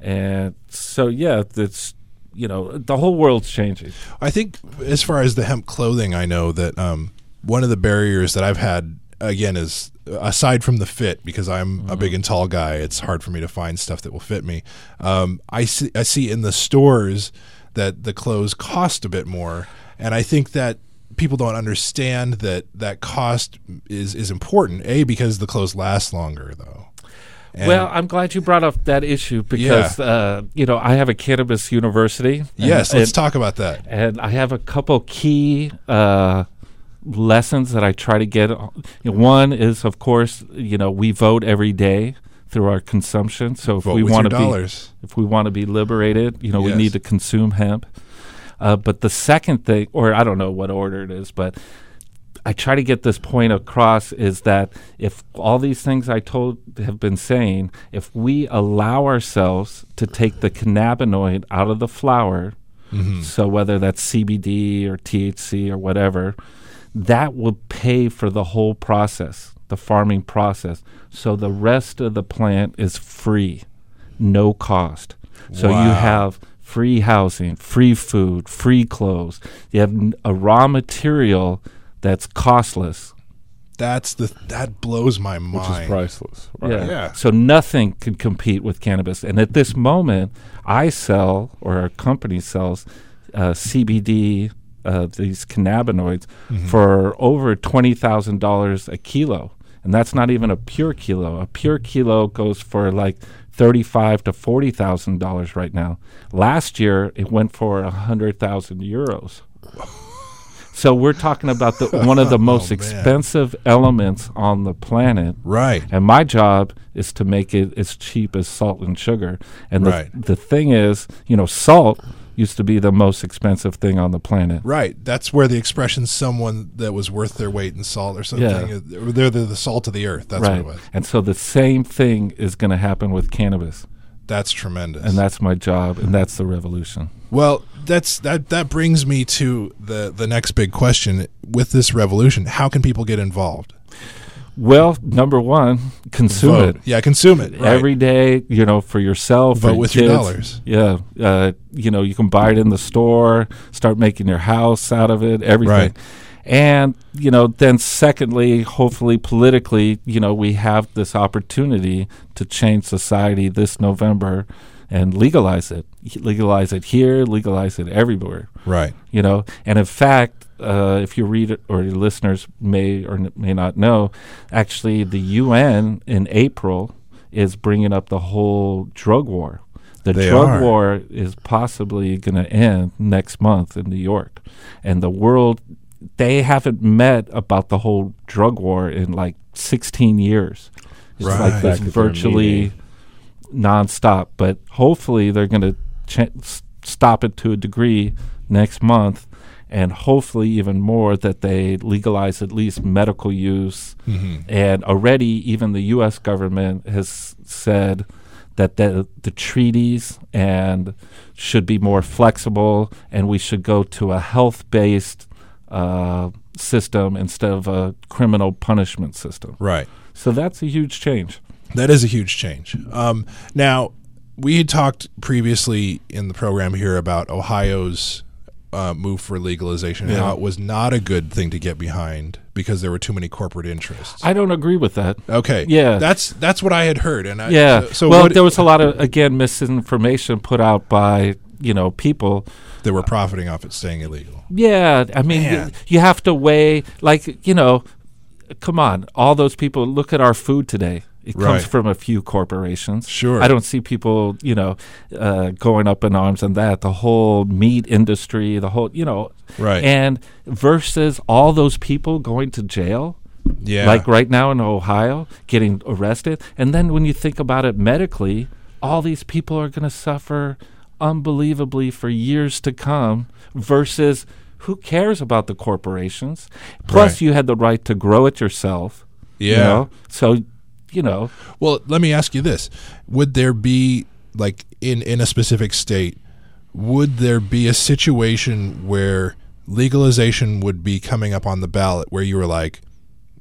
C: And so, yeah, that's, you know, the whole world's changing.
B: I think as far as the hemp clothing, I know that um, one of the barriers that I've had again is aside from the fit because I'm a big and tall guy, it's hard for me to find stuff that will fit me. Um, I see I see in the stores that the clothes cost a bit more, and I think that people don't understand that that cost is is important. A because the clothes last longer though. And-
C: well, I'm glad you brought up that issue because, uh, you know, I have a cannabis university. and-
B: yes,
C: and,
B: let's talk about that.
C: and I have a couple key uh, lessons that I try to get. o- One is, of course, you know, we vote every day through our consumption. So if
B: Vote
C: we
B: with
C: want
B: your
C: to be
B: dollars.
C: if we want to be liberated, you know,
B: Yes.
C: we need to consume hemp. Uh, but the second thing, or I don't know what order it is, but I try to get this point across is that if all these things I told have been saying, if we allow ourselves to take the cannabinoid out of the flower, so whether that's CBD or THC or whatever, that will pay for the whole process, the farming process. So the rest of the plant is free, no cost. So you
B: Wow.
C: have free housing, free food, free clothes. You have n- a raw material that's costless.
B: That's the that blows my
D: which
B: mind.
D: is priceless. Right?
C: Yeah.
B: Yeah.
C: So nothing can compete with cannabis. And at this moment, I sell, or our company sells, uh, CBD, uh, these cannabinoids,
B: Mm-hmm.
C: for over $20,000 a kilo. And that's not even a pure kilo. A pure kilo goes for like thirty-five to forty thousand dollars right now. Last year, it went for a hundred thousand euros. So we're talking about the, one of the
B: Oh,
C: most
B: man.
C: expensive elements on the planet,
B: Right.
C: and my job is to make it as cheap as salt and sugar. And
B: Right.
C: the, the thing is, you know, salt used to be the most expensive thing on the planet.
B: Right. That's where the expression "someone that was worth their weight in salt" or something. uh,
C: Yeah.
B: They're, they're the salt of the earth. That's what it was.
C: And so the same thing is going to happen with cannabis.
B: That's tremendous.
C: And that's my job. And that's the revolution.
B: well, that's that. That brings me to the the next big question with this revolution. How can people get involved?
C: Well, number one, consume
B: Vote.
C: it.
B: Yeah, consume it. Right.
C: every day, you know, for yourself.
B: Vote
C: for
B: with your
C: kids.
B: dollars.
C: Yeah, uh, you know, you can buy it in the store. Start making your house out of it. Everything.
B: Right.
C: And you know, then secondly, hopefully politically, you know, we have this opportunity to change society this November and legalize it. Legalize it here. Legalize it everywhere
B: right.
C: you know and in fact uh, if you read it, or your listeners may or n- may not know actually the un in april is bringing up the whole drug war the
B: They
C: drug
B: are.
C: war is possibly going to end next month in new york and the world they haven't met about the whole drug war in like 16 years it's
B: Right.
C: like this
D: Back at their
C: virtually
D: meeting.
C: nonstop. But hopefully, they're going to ch- s- stop it to a degree next month, and hopefully, even more that they legalize at least medical use. And already, even the U.S. government has said that the, the treaties and should be more flexible, and we should go to a health-based. Uh, system instead of a criminal punishment system.
B: Right.
C: So that's a huge change.
B: That is a huge change. Um, now, we had talked previously in the program here about Ohio's uh, move for legalization, and how it was not a good thing to get behind because there were too many corporate interests.
C: I don't agree with that.
B: Okay.
C: Yeah.
B: That's that's what I had heard, and I,
C: yeah.
B: So, so
C: well,
B: what,
C: there was a lot of again misinformation put out by you know people.
B: they were profiting off it staying illegal.
C: Yeah, I mean,
B: Man.
C: you, you have to weigh like you know, come on, all those people. Look at our food today. It
B: Right.
C: comes from a few corporations.
B: Sure.
C: I don't see people, you know, uh, going up in arms and that. The whole meat industry, the whole, you know,
B: Right.
C: And versus all those people going to jail.
B: Yeah.
C: like right now in Ohio, getting arrested. And then when you think about it medically, all these people are going to suffer unbelievably for years to come versus who cares about the corporations? Plus,
B: Right.
C: you had the right to grow it yourself. you
B: Yeah.
C: know? So, you know,
B: Well, let me ask you this: Would there be like in in a specific state? Would there be a situation where legalization would be coming up on the ballot where you were like,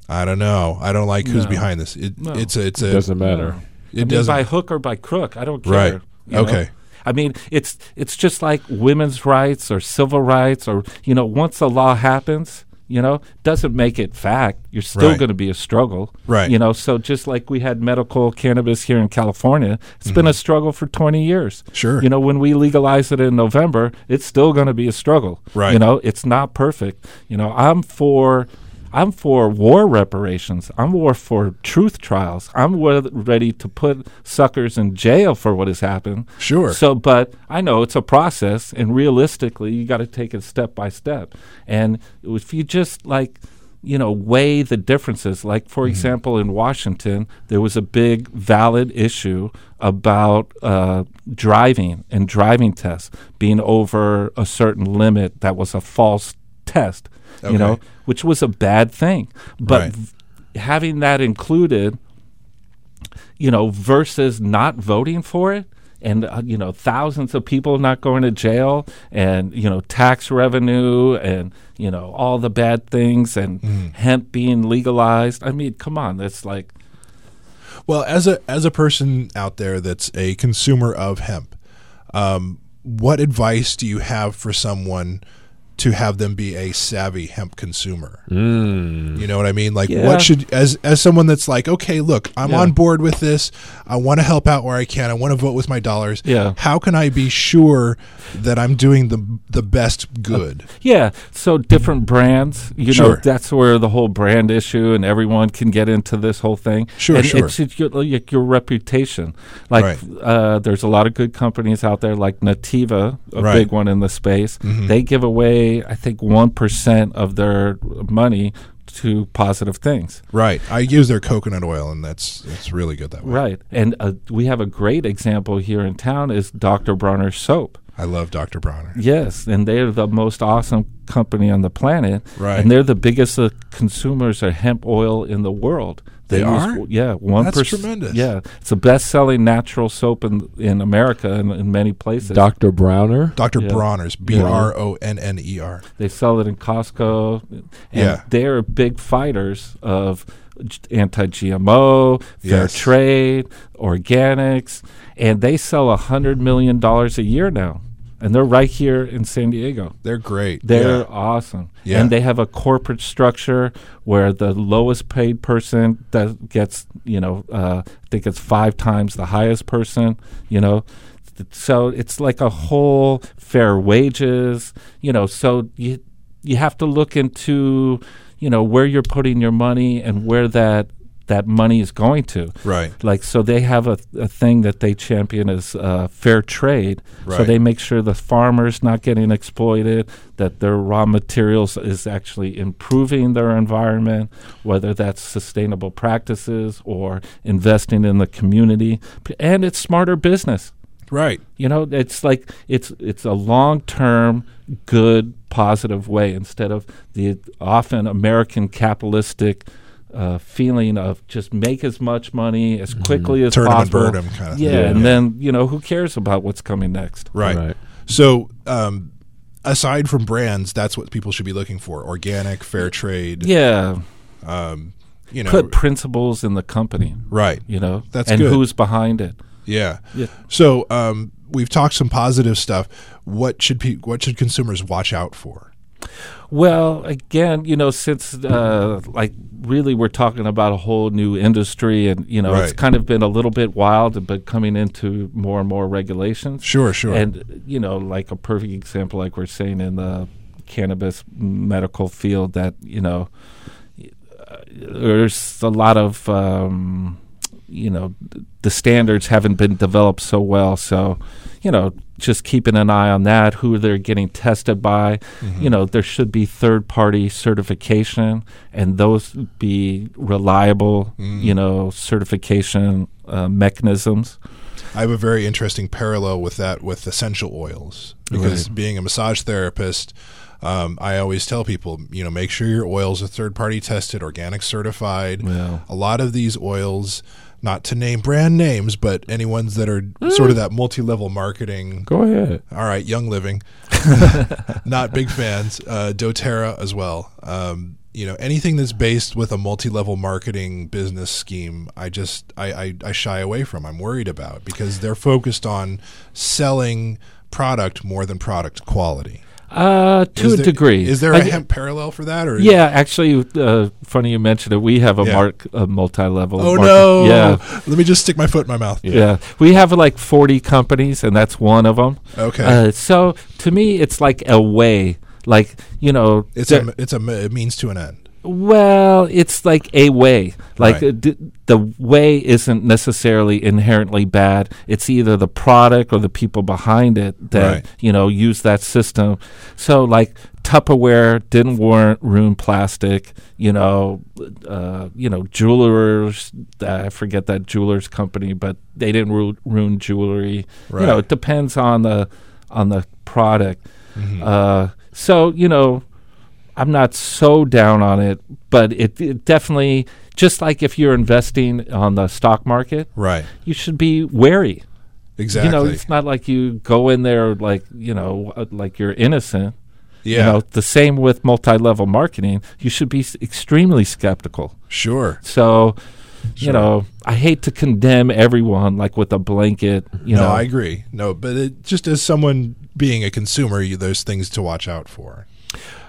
B: I don't know, I don't like who's
C: No.
B: behind this. It,
C: No.
B: It's a, it's a,
D: Doesn't matter.
B: it
C: I mean,
B: doesn't.
C: by hook or by crook. I don't care.
B: Right.
C: you know?
B: Okay.
C: I mean, it's it's just like women's rights or civil rights or you know, once a law happens, you know, doesn't make it fact. You're still
B: Right.
C: going to be a struggle,
B: Right.
C: You know, so just like we had medical cannabis here in California, it's been a struggle for 20 years.
B: Mm-hmm. Sure.
C: You know, when we legalize it in November, it's still going to be a struggle.
B: Right.
C: You know, it's not perfect. You know, I'm for I'm for war reparations. I'm war for truth trials. I'm wa- ready to put suckers in jail for what has happened.
B: Sure.
C: So, but I know it's a process, and realistically, you got to take it step by step. And if you just like, you know, weigh the differences, like for example, in Washington, there was a big valid issue about uh, driving and driving tests being over a certain limit that was a false test, you know,
B: Okay.
C: which was a bad thing. But
B: Right.
C: v- having that included you know, versus not voting for it and, uh, you know, thousands of people not going to jail and, you know, tax revenue and, you know, all the bad things and hemp being legalized. I mean, come on. That's like,
B: Well, as a as a person out there that's a consumer of hemp, um, what advice do you have for someone to have them be a savvy hemp consumer? You know what I mean? Like,
C: Mm. Yeah.
B: what should as as someone that's like, okay, look, I'm
C: Yeah.
B: on board with this. I want to help out where I can. I want to vote with my dollars.
C: Yeah.
B: How can I be sure that I'm doing the the best good?
C: Yeah, so different brands, you know,
B: Sure.
C: that's where the whole brand issue and everyone can get into this whole thing.
B: Sure,
C: and
B: sure.
C: It's just your, like your reputation. Like,
B: Right.
C: uh, there's a lot of good companies out there, like Nativa, a
B: Right. Mm-hmm.
C: big one in the space. They give away, I think, one percent of their money to positive things.
B: Right. I use their coconut oil, and that's that's really good that way.
C: Right, and uh, we have a great example here in town is Dr. Bronner soap.
B: I love Dr. Bronner.
C: Yes, and they're the most awesome company on the planet.
B: Right.
C: And they're the biggest uh, consumers of hemp oil in the world.
B: They
C: use-
B: are?
C: Yeah, one
B: That's
C: perc-
B: tremendous.
C: Yeah, it's the best-selling natural soap in in America and in many places.
D: Dr. Browner.
B: Dr.
C: Yeah.
B: Bronner's B R O N N E R.
C: They sell it in Costco. And
B: Yeah.
C: They're big fighters of g- anti-GMO, fair
B: Yes.
C: trade, organics, and they sell a hundred million dollars a year now, and they're right here in San Diego.
B: They're great.
C: They're
B: yeah.
C: awesome.
B: Yeah.
C: And they have a corporate structure where the lowest paid person that gets, you know, uh, I think it's five times the highest person, you know. Th- So it's like a whole fair wages, you know. So you you have to look into, you know, where you're putting your money and where that that money is going to
B: right.
C: like so they have a, a thing that they champion as uh, fair trade so
B: Right.
C: they make sure the farmers not getting exploited that their raw materials is actually improving their environment whether that's sustainable practices or investing in the community P- and it's smarter business
B: Right.
C: you know it's like it's it's a long term good positive way instead of the often american capitalistic uh, feeling of just make as much money as quickly as
B: Turn 'em and
C: possible
B: burn 'em kinda
C: yeah,
B: thing.
C: and
B: Yeah.
C: then you know who cares about what's coming next
B: Right.
D: Right.
B: So, um, aside from brands, that's what people should be looking for: organic, fair trade.
C: yeah
B: You know.
C: put principles in the company
B: right.
C: you know
B: That's
C: and
B: good.
C: who's behind it
B: Yeah.
C: Yeah.
B: So, um, we've talked some positive stuff. What should pe- what should consumers watch out for?
C: Well, again, you know, since uh, like really we're talking about a whole new industry, and you know, it's
B: Right.
C: kind of been a little bit wild, but coming into more and more regulations.
B: Sure. Sure.
C: And you know, like a perfect example, like we're saying in the cannabis medical field, that you know, uh, there's a lot of um, you know, th- the standards haven't been developed so well. So, you know, just keeping an eye on that, who they're getting tested by.
B: Mm-hmm.
C: You know, there should be third party certification, and those be reliable.
B: Mm.
C: You know, certification uh, mechanisms.
B: I have a very interesting parallel with that with essential oils because being a massage therapist, Um, I always tell people, you know, make sure your oils are third party tested, organic certified.
C: Yeah.
B: A lot of these oils, not to name brand names, but any ones that are sort of that multi level marketing.
D: Go ahead.
B: All right, Young Living, not big fans. Uh, DoTerra as well. Um, you know, anything that's based with a multi-level marketing business scheme, I just I, I, I shy away from. I'm worried about because they're focused on selling product more than product quality.
C: Uh, to
B: Is
C: a
B: there-
C: degree.
B: is there a
C: I-
B: hemp parallel for that? Or
C: Yeah, actually, uh, funny you mentioned it. We have a
B: Yeah.
C: mark, a multi-level.
B: Oh
C: market-
B: no!
C: Yeah,
B: Let me just stick my foot in my mouth.
C: yeah, We have like forty companies, and that's one of them.
B: Okay.
C: Uh, so to me, it's like a way, like you know,
B: it's
C: there-
B: a, it's a it means to an end.
C: well, it's like a way. Like
B: Right.
C: uh, d- the way isn't necessarily inherently bad. It's either the product or the people behind it that
B: Right.
C: you know use that system. So like Tupperware didn't warrant ruin plastic. You know, uh, you know jewelers. I forget that jewelers company, but they didn't ru- ruin jewelry. You know,
B: Right.
C: it depends on the on the product. Uh, so you know. I'm not so down on it, but it, it definitely just like if you're investing on the stock market,
B: Right.
C: you should be wary.
B: Exactly.
C: You know, it's not like you go in there like you know uh, like you're innocent.
B: yeah.
C: You know, the same with multi-level marketing. You should be s- extremely skeptical.
B: sure.
C: So, you know, I hate to condemn everyone like with a blanket. You
B: No,
C: know,
B: I agree. No, but it, just as someone being a consumer, you, there's things to watch out for.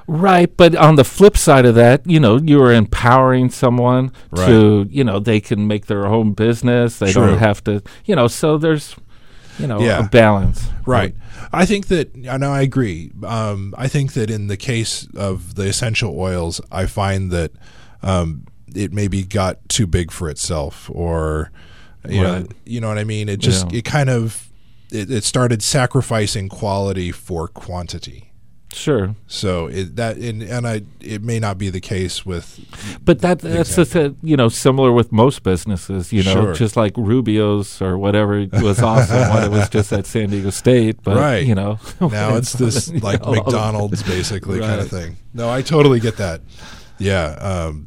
C: Right, but on the flip side of that, you know, you are empowering someone
B: Right.
C: to, you know, they can make their own business. They
B: True.
C: don't have to, you know, so there's, you know,
B: Yeah.
C: a balance.
B: Right. I think that I know I agree. Um, I think that in the case of the essential oils, I find that um, it maybe got too big for itself, or you know,
C: Right.
B: you know what I mean. It just
C: Yeah.
B: it kind of it, it started sacrificing quality for quantity.
C: Sure.
B: So it, that and, and I it may not be the case with
C: But that that's the thing, you know, similar with most businesses, you know,
B: Sure.
C: just like Rubio's or whatever was awesome when it was just at San Diego State, but
B: Right.
C: you know,
B: now it's this
C: you
B: like
C: know,
B: McDonald's basically kind of
C: Right.
B: thing. No, I totally get that. Yeah. Um,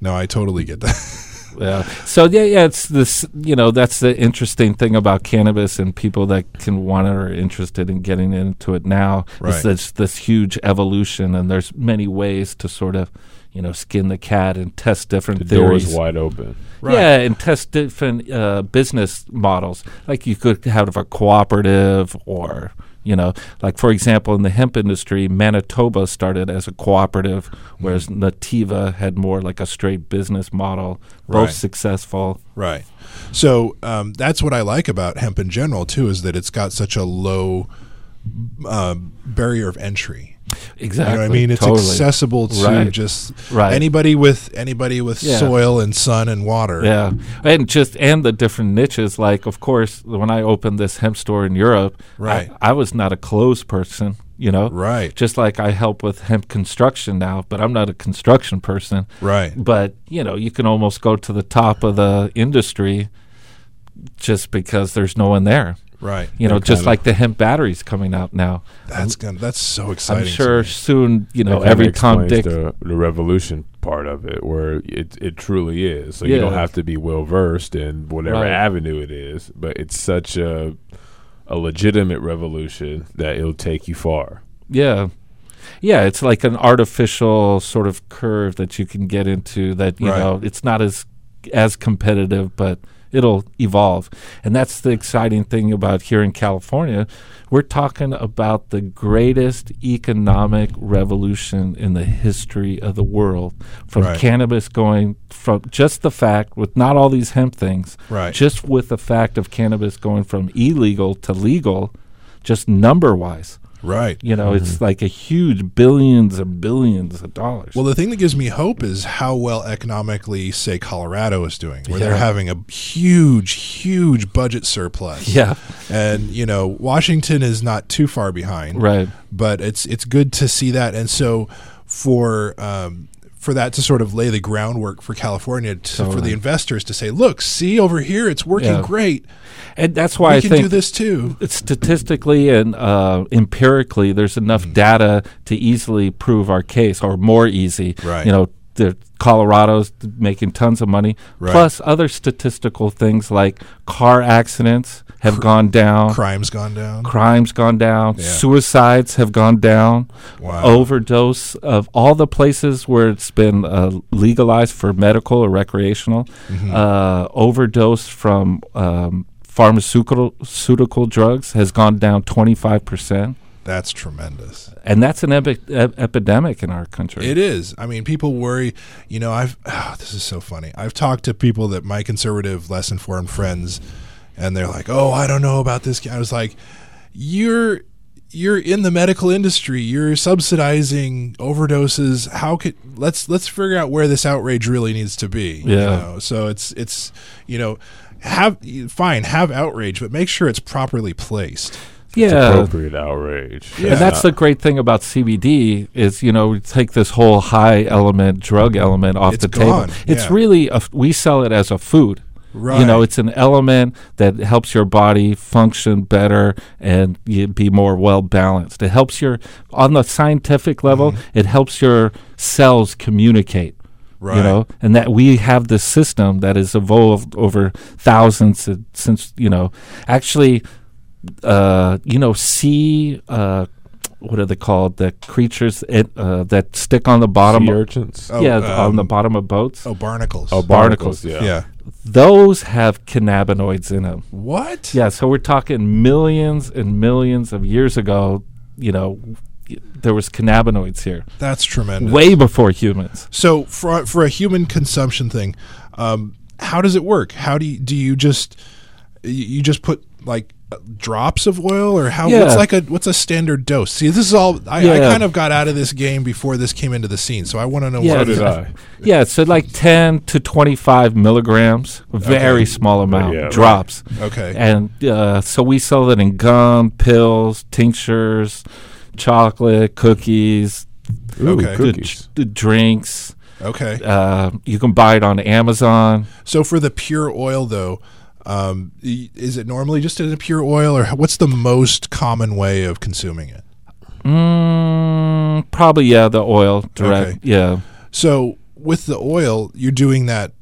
B: no, I totally get that.
C: Yeah. So yeah, yeah, it's this. You know, that's the interesting thing about cannabis and people that can want it or are interested in getting into it now.
B: Right.
C: Is this this huge evolution, and there's many ways to sort of, you know, skin the cat and test different
D: The door
C: theories.
D: is wide open.
C: Yeah, and test different uh, business models. Like you could have a cooperative or. You know, like for example, in the hemp industry, Manitoba started as a cooperative,
B: Mm-hmm.
C: whereas Nativa had more like a straight business model. Both
B: Right.
C: successful.
B: Right. So um, that's what I like about hemp in general too is that it's got such a low um, barrier of entry.
C: Exactly.
B: You know what I mean? It's
C: totally.
B: accessible to
C: Right.
B: just
C: Right.
B: anybody with anybody with
C: Yeah.
B: soil and sun and water.
C: Yeah, and just and the different niches. Like, of course, when I opened this hemp store in Europe, I-
B: Right.
C: I, was not a clothes person. You know,
B: Right.
C: Just like I help with hemp construction now, but I'm not a construction person.
B: Right.
C: But you know, you can almost go to the top of the industry just because there's no one there.
B: Right.
C: You know, just
D: kinda-
C: like the hemp batteries coming out now.
B: That's gonna, that's so
C: I'm
B: exciting. to
C: sure
B: me.
C: soon, you know,
D: That kinda
C: Oh, every Tom,
D: explains
C: Dick,
D: the, the revolution part of it, where it it truly is. So you don't
C: Yeah.
D: have to be well versed in whatever
C: Right.
D: avenue it is, but it's such a a legitimate revolution that it'll take you far.
C: Yeah. Yeah, it's like an artificial sort of curve that you can get into that, you
B: Right.
C: know, it's not as as competitive, but it'll evolve. And that's the exciting thing about here in California. We're talking about the greatest economic revolution in the history of the world from
B: Right.
C: cannabis going from just the fact with not all these hemp things,
B: Right.
C: just with the fact of cannabis going from illegal to legal just number wise.
B: Right.
C: You know,
B: Mm-hmm.
C: it's like a huge billions and billions of dollars.
B: Well, the thing that gives me hope is how well economically, say, Colorado is doing, where they're
C: Yeah.
B: having a huge, huge budget surplus.
C: yeah,
B: And, you know, Washington is not too far behind.
C: right.
B: But it's it's good to see that. And so for um, for that to sort of lay the groundwork for California to, for
C: Totally.
B: the investors to say, look, see over here, it's working
C: Yeah.
B: great.
C: and that's why
B: we
C: I
B: can
C: think
B: do this too.
C: statistically and uh, empirically, there's enough
B: Mm.
C: data to easily prove our case, or more easy.
B: Right.
C: You know, the Colorado's making tons of money,
B: Right.
C: plus other statistical things like car accidents have gone down.
B: Crime's gone down.
C: Crimes gone down,
B: Yeah.
C: suicides have gone down,
B: Wow.
C: overdose of all the places where it's been uh, legalized for medical or recreational,
B: Mm-hmm.
C: uh, overdose from um, pharmaceutical pharmaceutical drugs has gone down twenty five percent,
B: That's tremendous.
C: and that's an epi- ep- epidemic in our country.
B: It is. I mean, people worry. You know, I've ah, this is so funny. I've talked to people that my conservative, less informed friends, and they're like, "Oh, I don't know about this." guy." I was like, "You're." You're in the medical industry. You're subsidizing overdoses. How could let's let's figure out where this outrage really needs to be. you
C: Yeah.
B: know? So it's it's you know have fine have outrage, but make sure it's properly placed.
C: yeah,
D: Appropriate outrage.
C: And that's the great thing about CBD is you know we take this whole high element drug element off
B: It's
C: the
B: gone,
C: table. It's
B: yeah.
C: really a f we sell it as a food. You
B: Right.
C: know, it's an element that helps your body function better and you be more well balanced. It helps your on the scientific level.
B: Mm-hmm.
C: It helps your cells communicate.
B: Right.
C: You know, and that we have this system that has evolved over thousands of- since you know actually uh, you know, sea. Uh, what are they called? The creatures it, uh, that stick on the bottom.
D: sea
C: of-
D: urchins.
B: Oh,
C: yeah, on the
B: um,
C: bottom of boats.
B: Oh, barnacles.
D: Oh,
C: barnacles.
D: Yeah.
B: yeah.
C: Those have cannabinoids in them.
B: What?
C: Yeah, so we're talking millions and millions of years ago. You know, y- there was cannabinoids here
B: That's tremendous.
C: way before humans.
B: So for for a human consumption thing, um, how does it work? How do you, do you just you- you just put like uh, drops of oil or how
C: Yeah.
B: what's like a what's a standard dose? See, this is all I, I
C: Yeah.
B: kind of got out of this game before this came into the scene, so I want to know
C: Yeah,
B: what
D: did I.
C: yeah, so like ten to twenty-five milligrams, very small amount
D: Yeah, right.
C: drops.
B: Okay.
C: and uh, so we sell it in gum, pills, tinctures, chocolate, cookies,
D: Ooh,
B: Okay.
C: the
D: cookies.
C: d- drinks.
B: Okay.
C: Uh, you can buy it on Amazon.
B: So for the pure oil though, um, y- is it normally just in a pure oil or h- what's the most common way of consuming it?
C: Mm, probably yeah, the oil direct.
B: Okay.
C: Yeah,
B: So with the oil, you're doing that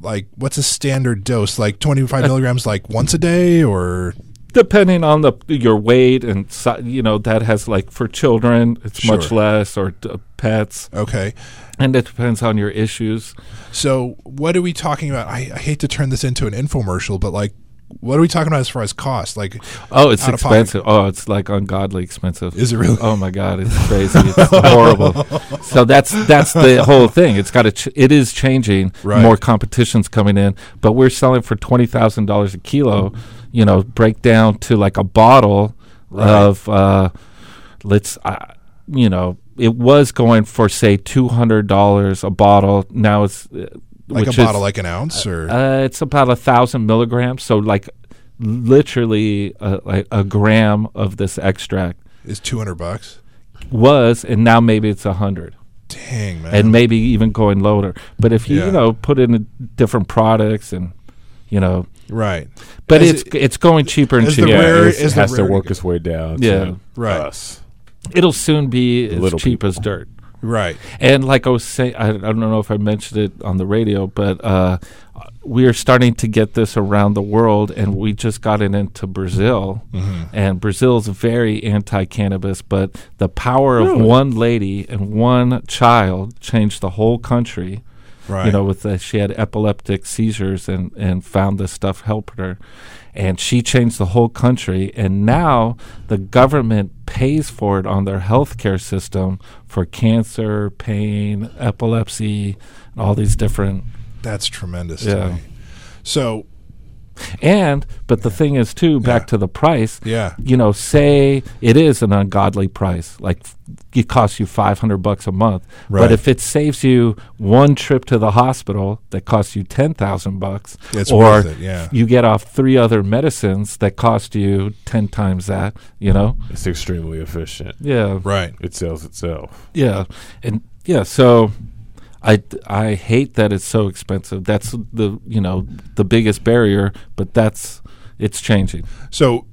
B: like what's a standard dose? Like 25
C: Uh,
B: milligrams, like once a day, or
C: depending on the your weight and si- you know that has like for children it's much
B: Sure.
C: less or d- pets,
B: okay.
C: and it depends on your issues.
B: So what are we talking about? I, I hate to turn this into an infomercial, but like, what are we talking about as far as cost? Like,
C: Oh, it's
B: Out of pocket.
C: expensive. Oh, it's like ungodly expensive.
B: Is it really?
C: Oh my god, it's crazy. It's horrible. So that's that's the whole thing. It's got to. Ch- it is changing.
B: Right.
C: More competitions coming in, but we're selling for twenty thousand dollars a kilo. You know, break down to like a bottle of uh, let's. Uh, you know, it was going for say two hundred dollars a bottle. Now it's uh,
B: like a
C: which
B: bottle,
C: is,
B: like an ounce, or
C: uh, it's about a thousand milligrams. So like literally a, like a gram of this extract
B: is 200 bucks?
C: was, and now maybe it's a hundred.
B: Dang man.
C: And maybe even going lower, but if you
B: Yeah.
C: you know put in different products and you know,
B: right.
C: but
B: As
C: it's
B: it-
C: it's going cheaper and
B: as the
C: cheaper.
B: rare-
D: Yeah,
B: Where
D: it's-
B: is
D: it
B: the
D: has to
B: rarity
D: work
B: go-
D: its way down.
C: Yeah.
D: to
B: Right.
D: Us.
C: It'll soon be as
D: Little
C: cheap
D: people.
C: as dirt.
B: Right.
C: And like I was saying, I, I don't know if I mentioned it on the radio, but uh, we are starting to get this around the world, and we just got it into Brazil. And Brazil's very anti-cannabis, but the power of one lady and one child changed the whole country.
B: Right.
C: You know, with the, she had epileptic seizures and and found this stuff helped her, and she changed the whole country. And now the government pays for it on their healthcare system for cancer, pain, epilepsy, and all these different.
B: That's tremendous. To
C: Yeah.
B: me. So
C: And but the thing is too, back
B: Yeah.
C: to the price.
B: yeah.
C: You know, say it is an ungodly price, like f- it costs you five hundred bucks a month.
B: Right.
C: But if it saves you one trip to the hospital that costs you ten thousand bucks,
B: It's
C: or
B: worth it, yeah.
C: you get off three other medicines that cost you ten times that. You know,
D: It's extremely efficient.
C: yeah,
B: Right.
D: It sells itself.
C: yeah, and yeah. So I, I hate that it's so expensive. That's the you know the biggest barrier, but that's it's changing.
B: So,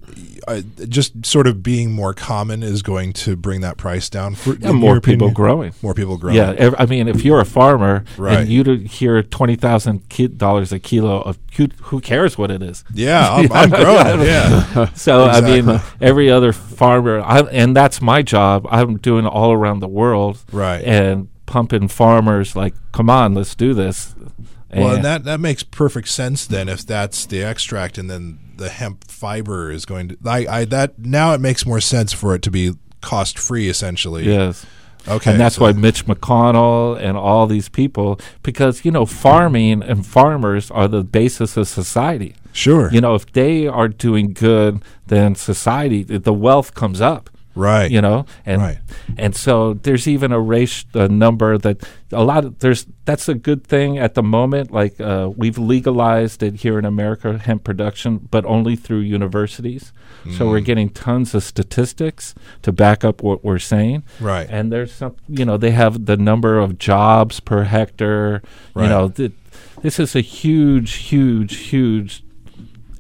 B: uh, just sort of being more common is going to bring that price down. For,
C: Yeah,
B: in
C: more
B: your
C: people
B: opinion?
C: growing.
B: More people growing.
C: Yeah, ev- I mean, if you're a farmer
B: Right.
C: and you do hear twenty thousand ki- dollars a kilo of cu- who cares what it is?
B: Yeah, I'm, I'm growing. Yeah.
C: So I
B: Exactly.
C: mean, every other farmer, I, and that's my job. I'm doing all around the world,
B: Right.
C: And pumping farmers like, come on, let's do this.
B: Well, and that that makes perfect sense then if that's the extract and then the hemp fiber is going to I, I that now it makes more sense for it to be cost free essentially.
C: yes.
B: Okay.
C: and that's
B: so-
C: why Mitch McConnell and all these people, because you know, farming and farmers are the basis of society.
B: Sure.
C: You know, if they are doing good, then society, the wealth comes up.
B: Right.
C: You know, and
B: Right.
C: and so there's even a race a number that a lot of there's that's a good thing at the moment. Like uh, we've legalized it here in America, hemp production, but only through universities. So
B: Mm.
C: we're getting tons of statistics to back up what we're saying.
B: Right.
C: And there's some, you know, they have the number of jobs per hectare.
B: Right.
C: You know, th- this is a huge, huge, huge,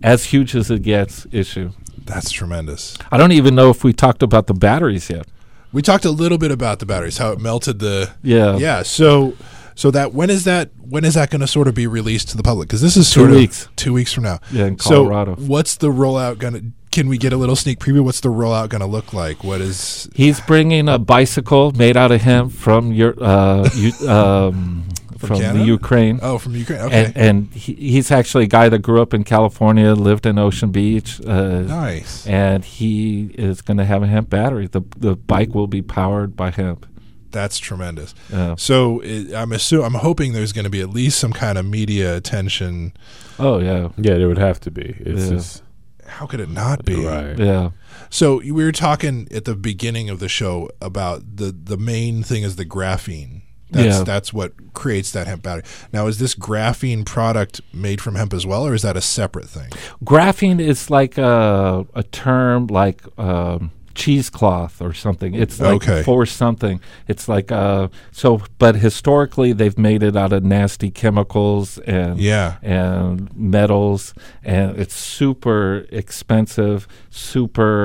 C: as huge as it gets issue.
B: That's tremendous.
C: I don't even know if we talked about the batteries yet.
B: We talked a little bit about the batteries, how it melted the
C: Yeah.
B: Yeah, so so that when is that when is that going to sort of be released to the public? Cuz this is sort
C: weeks.
B: of 2 weeks from now.
C: Yeah, in
B: So
C: Colorado.
B: what's the rollout going to can we get a little sneak preview what's the rollout going to look like? What is
C: He's bringing a bicycle made out of hemp from your uh, you, um, from,
B: Canada?
C: the Ukraine.
B: Oh, from Ukraine. Okay.
C: And, and he, he's actually a guy that grew up in California, lived in Ocean Beach, uh,
B: nice.
C: and he is going to have a hemp battery. The the bike will be powered by hemp.
B: That's tremendous.
C: Yeah.
B: So it, I'm assu- I'm hoping there's going to be at least some kind of media attention.
C: Oh yeah,
D: Yeah, there would have to be. It's
C: Yeah.
D: just
B: How could it not be?
D: right.
C: yeah,
B: So we were talking at the beginning of the show about the the main thing is the graphene. That's
C: Yeah.
B: that's what creates that hemp battery. Now is this graphene product made from hemp as well or is that a separate thing?
C: graphene is like a a term like um, cheesecloth or something. It's like
B: Okay.
C: for something. It's like uh so, but historically they've made it out of nasty chemicals and
B: Yeah.
C: and metals, and it's super expensive, super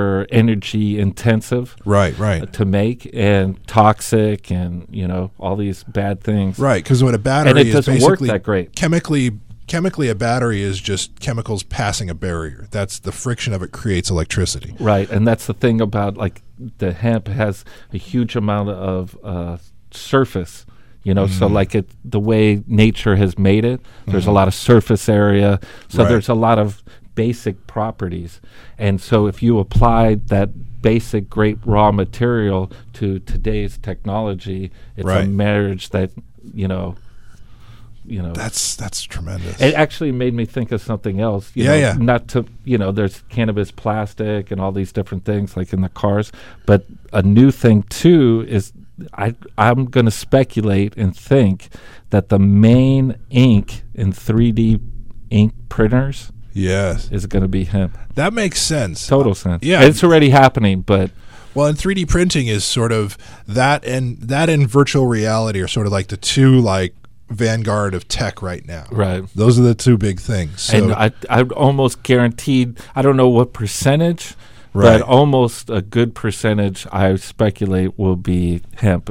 C: energy intensive.
B: Right, right.
C: To make and toxic and you know all these bad things.
B: Right, cuz what a battery
C: And it
B: is
C: doesn't work
B: basically
C: that great.
B: chemically chemically a battery is just chemicals passing a barrier. That's the friction of it creates electricity.
C: Right, and that's the thing about like the hemp has a huge amount of uh, surface. You know,
B: Mm-hmm.
C: so like it, the way nature has made it, there's a lot of surface area. So
B: Right.
C: there's a lot of basic properties, and so if you applied that basic great raw material to today's technology, it's a
B: Right.
C: marriage that you know, you know,
B: That's that's tremendous.
C: it actually made me think of something else. You
B: Yeah,
C: know,
B: yeah.
C: Not to you know, there's cannabis plastic and all these different things like in the cars, but a new thing too is I I'm going to speculate and think that the main ink in 3D ink printers
B: yes.
C: is going to be hemp.
B: That makes sense.
C: Total sense.
B: Uh, yeah.
C: it's already happening, but
B: Well, and 3D printing is sort of that and that and virtual reality are sort of like the two like vanguard of tech right now.
C: Right.
B: Those are the two big things. So,
C: and I I almost guaranteed I don't know what percentage.
B: Right.
C: But almost a good percentage, I speculate, will be hemp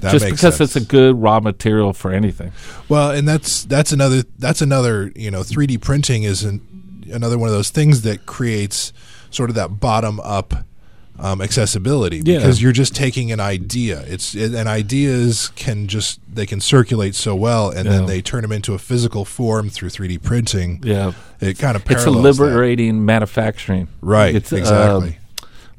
B: that
C: just
B: makes
C: because
B: sense.
C: it's a good raw material for anything.
B: well, and that's that's another that's another you know 3D printing is an, another one of those things that creates sort of that bottom up. Um, accessibility
C: Yeah.
B: because you're just taking an idea it's it, and ideas can just they can circulate so well and then
C: Yeah.
B: they turn them into a physical form through 3d printing
C: Yeah.
B: it kind of
C: It's a
B: parallels that.
C: liberating manufacturing.
B: Right,
C: It's, um,
B: exactly.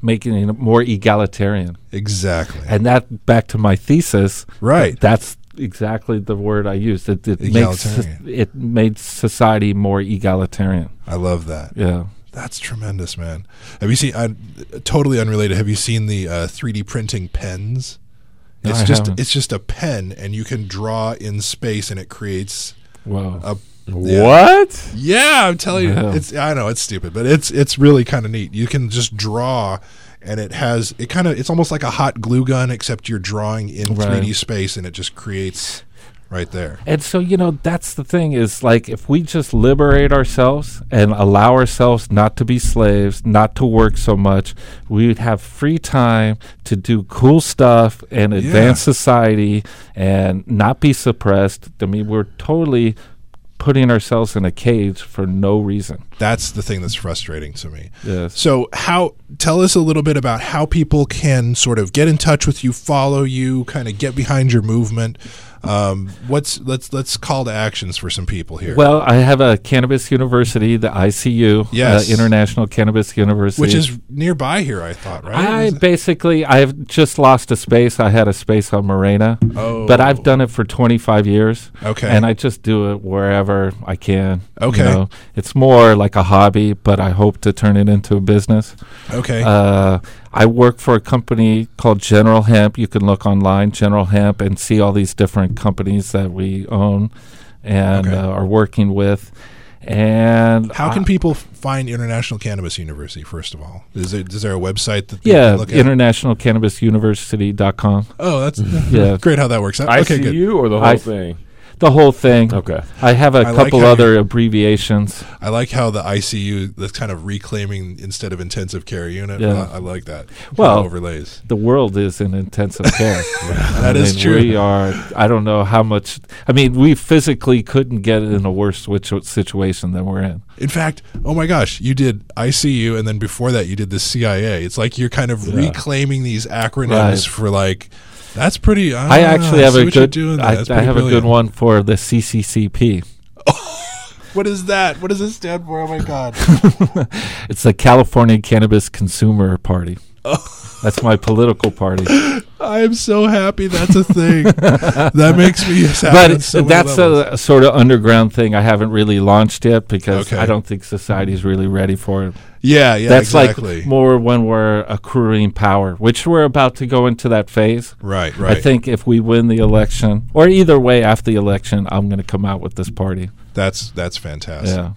C: making it more egalitarian.
B: Exactly.
C: And that, back to my thesis.
B: Right.
C: That's exactly the word I used. It, it, makes,
B: Egalitarian.
C: it made society more egalitarian.
B: I love that.
C: Yeah.
B: That's tremendous, man. Have you seen? I, totally unrelated. Have you seen the uh, 3D printing pens?
C: No,
B: It's
C: I
B: just
C: haven't.
B: it's just a pen, and you can draw in space, and it creates
C: Wow.
B: a.
D: What?
B: Yeah, I'm telling you,
C: Yeah.
B: it's I know it's stupid, but it's it's really kind of neat. You can just draw, and it has it kind of it's almost like a hot glue gun, except you're drawing in
C: Right.
B: 3D space, and it just creates right there.
C: And so, you know, that's the thing is like if we just liberate ourselves and allow ourselves not to be slaves, not to work so much, we would have free time to do cool stuff and advance society and not be suppressed. I mean, we're totally putting ourselves in a cage for no reason.
B: That's the thing that's frustrating to me.
C: Yes.
B: So, how tell us a little bit about how people can sort of get in touch with you, follow you, kind of get behind your movement. Um, what's let's let's call to actions for some people here,
C: Well, I have a cannabis university, the ICU,
B: Yes.
C: uh, International Cannabis University,
B: which is nearby here. I thought, right?
C: I
B: Is it-
C: basically I've just lost a space. I had a space on Morena,
B: Oh.
C: but I've done it for 25 years.
B: Okay.
C: and I just do it wherever I can. you
B: Okay.
C: know. it's more like a hobby, but I hope to turn it into a business.
B: okay.
C: Uh, I work for a company called General Hemp. You can look online, General Hemp, and see all these different companies that we own and
B: Okay.
C: uh, are working with. And
B: how
C: I-
B: can people f- find International Cannabis University? First of all, is there is there a website that they
C: yeah,
B: can look at?
C: internationalcannabisuniversity.com.
B: oh, that's
C: Mm-hmm. Yeah.
B: great how that works. out.
D: ICU
B: okay, good.
D: or the whole
C: I-
D: thing?
C: The whole thing.
D: Okay.
C: I have a
B: I like
C: couple
B: how
C: other abbreviations.
B: I like how the ICU that's kind of reclaiming instead of intensive care unit.
C: Yeah.
B: I, I like that.
C: Well-
B: It overlays.
C: The world is in intensive care.
B: That
C: I
B: is
C: mean,
B: true.
C: We are. I don't know how much. I mean, we physically couldn't get in a worse situ- situation than we're in.
B: In fact, oh my gosh, you did ICU, and then before that, you did the CIA. It's like you're kind of reclaiming these acronyms
C: Right.
B: for like. That's pretty. ah,
C: I actually have
B: see
C: a
B: what you're
C: good.
B: doing there.
C: I,
B: That's
C: I
B: pretty
C: have a
B: brilliant.
C: good one for the CCCP.
B: What is that? What does it stand for? Oh my god.
C: It's the California Cannabis Consumer Party. That's my political party.
B: Oh. I am so happy that's a thing. that makes me happy.
C: but
B: on so many
C: that's
B: levels.
C: a sort of underground thing I haven't really launched yet because
B: Okay.
C: I don't think society's really ready for it.
B: yeah, yeah,
C: that's
B: exactly.
C: like more when we're accruing power, which we're about to go into that phase.
B: right, right.
C: I think if we win the election, or either way after the election, I'm going to come out with this party.
B: that's that's fantastic.
C: Yeah,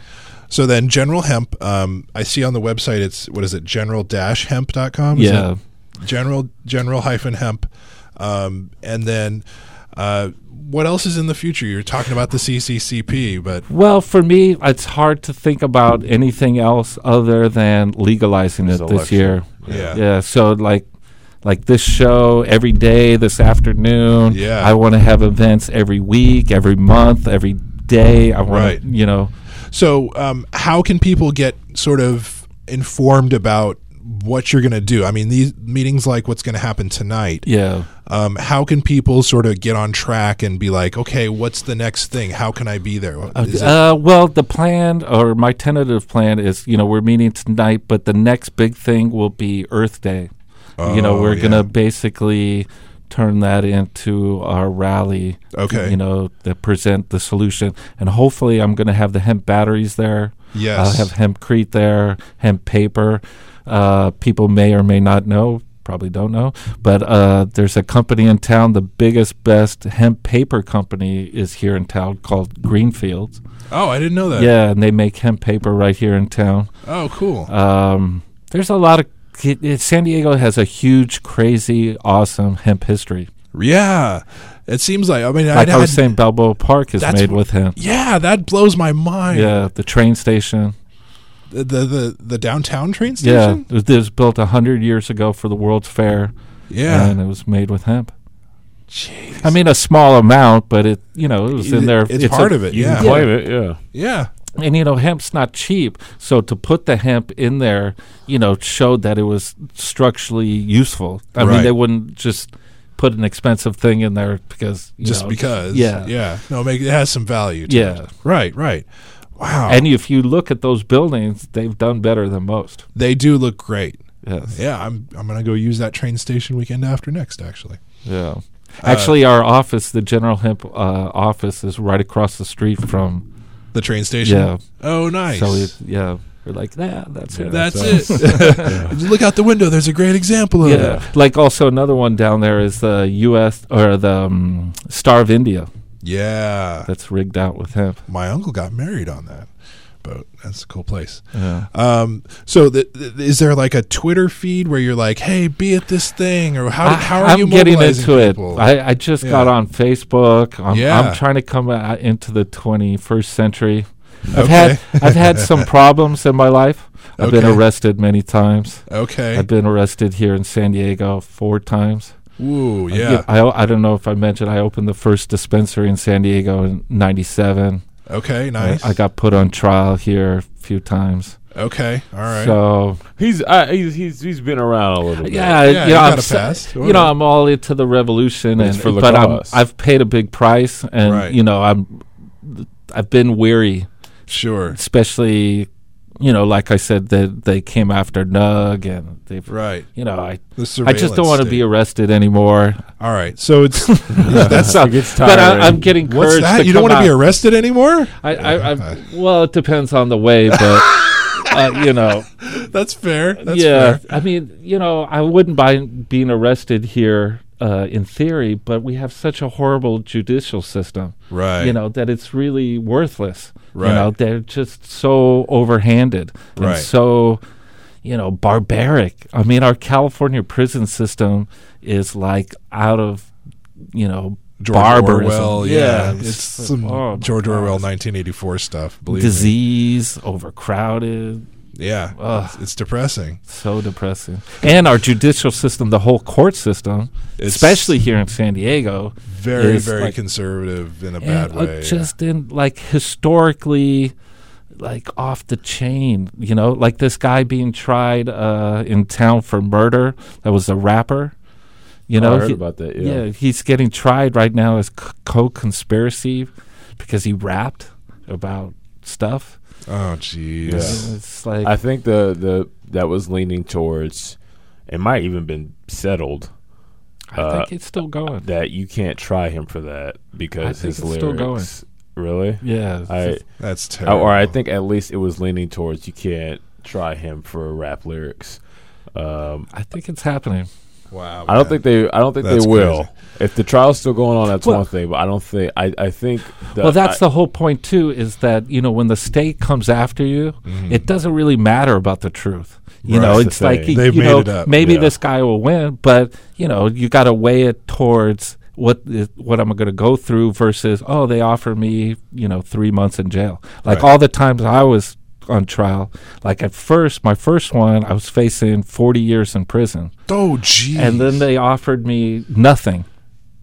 B: So then, General Hemp. Um, I see on the website it's what is it? General Hemp.com. Is
C: yeah.
B: it? General General hyphen Hemp. Um, and then, uh, what else is in the future? You're talking about the CCCP, but
C: Well, for me, it's hard to think about anything else other than legalizing it this
D: election.
C: year.
B: Yeah.
C: yeah. So like. Like this show every day, this afternoon.
B: Yeah.
C: I want to have events every week, every month, every day. I want
B: Right.
C: to, you know,
B: so um, how can people get sort of informed about what you're going to do? I mean, these meetings like what's going to happen tonight.
C: yeah.
B: um, how can people sort of get on track and be like, okay, what's the next thing? How can I be there? Is it-
C: Uh, well, the plan or my tentative plan is, you know, we're meeting tonight, but the next big thing will be Earth Day. you know,
B: Oh,
C: we're
B: yeah.
C: gonna basically turn that into our rally.
B: Okay.
C: You know, to present the solution, and hopefully, I'm gonna have the hemp batteries there.
B: Yes.
C: I'll have hempcrete there, hemp paper. Uh, people may or may not know. Probably don't know, but uh, there's a company in town. The biggest, best hemp paper company is here in town called Greenfields.
B: oh, I didn't know that.
C: uh, Yeah, and they make hemp paper right here in town.
B: Oh, cool.
C: Um, there's a lot of it, it- San Diego has a huge, crazy, awesome hemp history.
B: yeah. It seems like, I mean,
C: Like
B: I'd
C: I was
B: had-
C: saying, Balboa Park is
B: That's
C: made
B: wh-
C: with hemp.
B: yeah, that blows my mind.
C: Yeah, the train station.
B: The, the, the, the downtown train
C: Yeah,
B: station?
C: it was, it was built hundred years ago for the World's Fair,
B: Yeah.
C: and it was made with hemp.
B: Jeez.
C: I mean, a small amount, but it you know it was
B: It-
C: in there.
B: it's
C: a-
B: part of it,
C: you
B: yeah.
C: can
D: Claim it, yeah.
B: yeah.
C: and you know hemp's not cheap so to put the hemp in there you know showed that it was structurally useful i
B: Right.
C: mean they wouldn't just put an expensive thing in there because you
B: Just
C: know,
B: because.
C: yeah
B: Yeah. No, make, it has some value. To
C: Yeah.
B: It. Right, right. Wow.
C: and if you look at those buildings they've done better than most
B: they do look great.
C: yes
B: Yeah, I'm, I'm going to go use that train station weekend after next, actually.
C: yeah
B: Uh,
C: actually our office the general hemp uh, office is right across the street from
B: The train station?
C: Yeah.
B: Oh, nice.
C: so it, yeah we're like yeah that's it
B: That's it. Look out the window. There's a great example of
C: yeah
B: it.
C: like also another one down there is the us or the um, star of india
B: Yeah.
C: that's rigged out with hemp
B: My uncle got married on that. boat. That's a cool place.
C: Yeah.
B: Um, so, the, the- is there like a Twitter feed where you're like, "Hey, be at this thing," or how, how are
C: I'm
B: you
C: getting
B: mobilizing
C: into it.
B: people?
C: I, I just
B: Yeah.
C: got on Facebook. I'm,
B: Yeah.
C: I'm trying to come out into the 21st century. I've
B: Okay.
C: had I've had some problems in my life. I've been
B: Okay.
C: arrested many times.
B: okay.
C: I've been arrested here in San Diego four times.
B: Ooh, yeah.
C: I, I don't know if I mentioned I opened the first dispensary in San Diego in 97.
B: Okay, nice.
C: I, I got put on trial here a few times.
B: okay, all right.
C: So,
D: He's, uh, he's he's he's been around a little bit.
C: yeah,
B: Yeah,
C: you
B: you
C: know, I'm,
B: gotta
C: s-
B: pass.
C: you know, I'm all into the revolution,
D: It's
C: and,
D: for the
C: but I'm,
D: cause.
C: I've paid a big price, and,
B: Right.
C: you know, I'm, I've been weary,
B: sure.
C: especially, you know, like I said, that they came after Nug, and they've,
B: Right.
C: you know, I,
B: The
C: I just don't
B: surveillance
C: want to
B: state.
C: be arrested anymore.
B: All right. So it's that's
C: So-
D: gets
C: but I, I'm
D: tiring.
C: getting
B: what's
C: courage.
B: that?
C: To
B: You don't
C: come
B: want to be
C: out.
B: arrested anymore?
C: I, I, I, well, it depends on the way, but uh, you know,
B: That's fair. That's
C: yeah.
B: fair.
C: I mean, you know, I wouldn't mind being arrested here uh, in theory, but we have such a horrible judicial system,
B: Right.
C: you know, that it's really worthless.
B: Right.
C: You know, they're just so overhanded
B: Right.
C: and so, you know, barbaric. I mean, our California prison system is like out of, you know,
B: George
C: barbarism.
B: Orwell. Yeah. It's,
C: like,
B: some
C: oh my
B: George Orwell
C: gosh.
B: 1984 stuff. Believe me.
C: disease, overcrowded.
B: Yeah.
C: Ugh.
B: It's, it's depressing.
C: So depressing. And our judicial system, the whole court system,
B: It's
C: especially here in San Diego,
B: Very
C: is
B: very
C: like-
B: conservative in a
C: and,
B: bad
C: uh,
B: way. yeah.
C: just in like historically, like off the chain. You know, like this guy being tried uh, in town for murder that was a rapper. You know,
D: Oh, I heard
C: he-
D: about that.
C: yeah.
D: Yeah.
C: he's getting tried right now as c- co-conspiracy because he rapped about stuff.
B: Oh jeez.
D: Yeah.
C: It's like
D: I think the the that was leaning towards. It might even been settled
C: I
D: uh,
C: think it's still going.
D: that you can't try him for that
C: I
D: because
C: think
D: his
C: it's
D: lyrics.
C: still going.
D: Really?
C: Yeah, it's
D: I
C: just-
B: That's
D: I-
B: terrible.
D: or I think at least it was leaning towards you can't try him for rap lyrics. Um,
C: I think it's happening.
B: Wow.
D: I don't
B: man.
D: think they. I don't think
B: That's
D: they will. If the trial's still going on, that's
C: Well-
D: one thing. But I don't think. I. I think. The,
C: well, that's the whole point too. Is that you know when the state comes after you, it doesn't really matter about the truth. You
B: Right.
C: know,
B: That's
D: the
C: it's like
D: thing.
B: They've
C: you
B: made
C: know
B: it up,
C: maybe
D: yeah.
C: this guy will win, but you know you got to weigh it towards what is, what I'm going to go through versus oh they offer me you know three months in jail. Like
B: Right.
C: all the times I was on trial, like at first my first one I was facing 40 years in prison
B: Oh jeez.
C: and then they offered me nothing,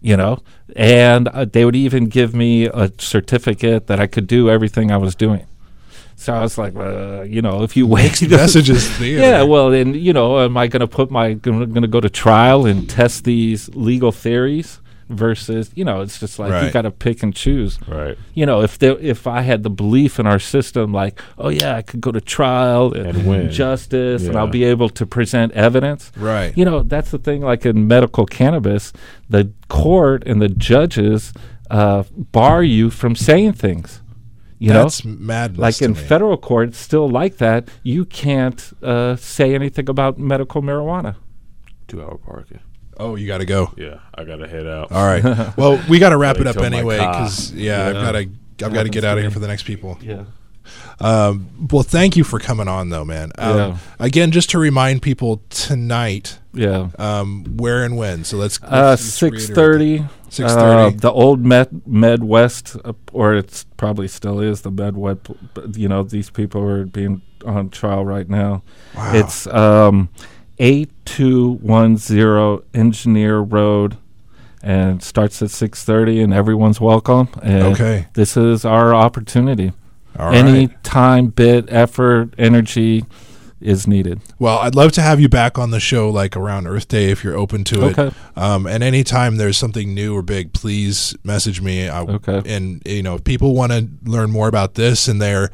C: you know, and uh, they would even give me a certificate that I could do everything I was doing. So I was like, uh, you know, if you wait,
B: messages theater.
C: yeah, well, then you know, am I going to put my going to go to trial and test these legal theories versus you know, it's just like you
B: Right.
C: got to pick and choose
D: right.
C: you know, if there, if I had the belief in our system, like, oh yeah, I could go to trial and,
D: And win.
C: justice, and I'll
D: Yeah.
C: be able to present evidence.
B: Right.
C: You know, that's the thing. Like in medical cannabis, the court and the judges uh, bar you from saying things. You
B: that's
C: know.
B: madness.
C: Like
B: to
C: in
B: me.
C: federal court, it's still like that. You can't uh, say anything about medical marijuana.
D: Two hour parking.
B: Oh, you got to go.
D: Yeah, I gotta head out.
B: All right. Well, we got to wrap it
D: Wait
B: up
D: till my
B: anyway
D: car.
B: because yeah, I've got to I've got to get
C: Happens to
B: out of here
C: me.
B: for the next people.
C: Yeah.
B: Um, well, thank you for coming on though, man. Um,
C: Yeah.
B: Again, just to remind people tonight
C: Yeah.
B: um, where and when. So let's,
C: Uh,
B: let's just reiterate
C: six thirty. uh,
B: that. 6:30.
C: the old Med Med West, uh, or it's probably still is the Med West. but, You know, these people are being on trial right now.
B: Wow.
C: It's um, eight two one zero Engineer Road, and starts at six thirty, and everyone's welcome. And
B: Okay.
C: this is our opportunity.
B: All
C: Any
B: right.
C: time, bit, effort, energy is needed.
B: Well, I'd love to have you back on the show like around Earth Day if you're open to it.
C: Okay.
B: Um, and anytime there's something new or big, please message me. I,
C: Okay.
B: And you know, if people want to learn more about this and they're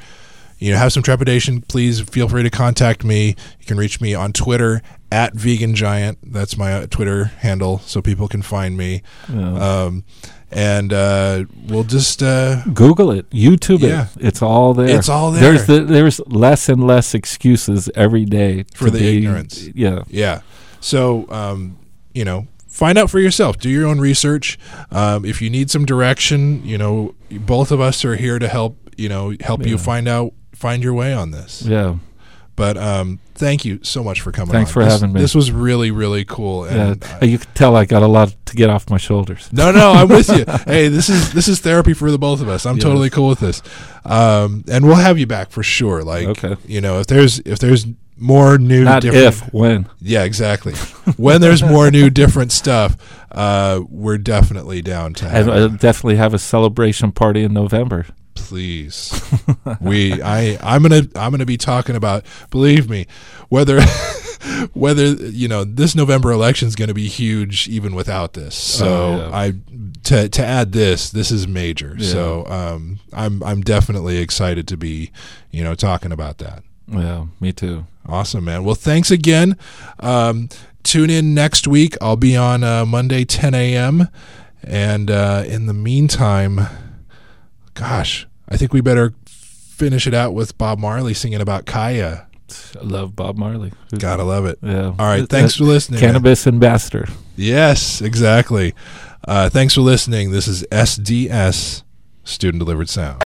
B: you know have some trepidation, please feel free to contact me. You can reach me on Twitter at Vegan Giant. That's my uh, Twitter handle, so people can find me. Um, and uh, we'll just uh,
C: Google it, YouTube
B: Yeah.
C: it. It's all there.
B: It's all
C: There's the, there's less and less excuses every day
B: For
C: to
B: the
C: be-
B: ignorance.
C: Yeah,
B: Yeah. So, um, you know, find out for yourself. Do your own research. Um, if you need some direction, you know, both of us are here to help. You know, help you
C: Yeah.
B: find out find your way on this.
C: Yeah.
B: But um, thank you so much for coming.
C: Thanks
B: on.
C: for
B: This-
C: having me.
B: This was really really cool.
C: Yeah,
B: And uh, I-
C: you can tell I got a lot to get off my shoulders.
B: No, no, I'm with you. hey, this is this is therapy for the both of us. I'm
C: Yes.
B: totally cool with this, um, and we'll have you back for sure. Like,
C: Okay.
B: you know, if there's if there's more new,
C: Not
B: different,
C: if, when.
B: yeah, exactly. when there's more new, different stuff, uh, we're definitely down to have.
C: And
B: you.
C: I'll definitely have a celebration party in November.
B: please we i i'm gonna i'm gonna be talking about believe me whether whether you know this november election is gonna be huge even without this so
C: Oh, yeah.
B: i to to add this this is major so um i'm i'm definitely excited to be you know talking about that
C: Yeah, me too.
B: Awesome, man. Well, thanks again. Um, tune in next week. I'll be on uh, Monday, 10 a.m. And uh, in the meantime, gosh, I think we better finish it out with Bob Marley singing about Kaya.
C: I love Bob Marley.
B: Gotta love it.
C: Yeah. Uh,
B: All right. Thanks for listening. man.
C: Cannabis ambassador.
B: Yes, exactly. Uh, thanks for listening. This is SDS, Student Delivered Sound.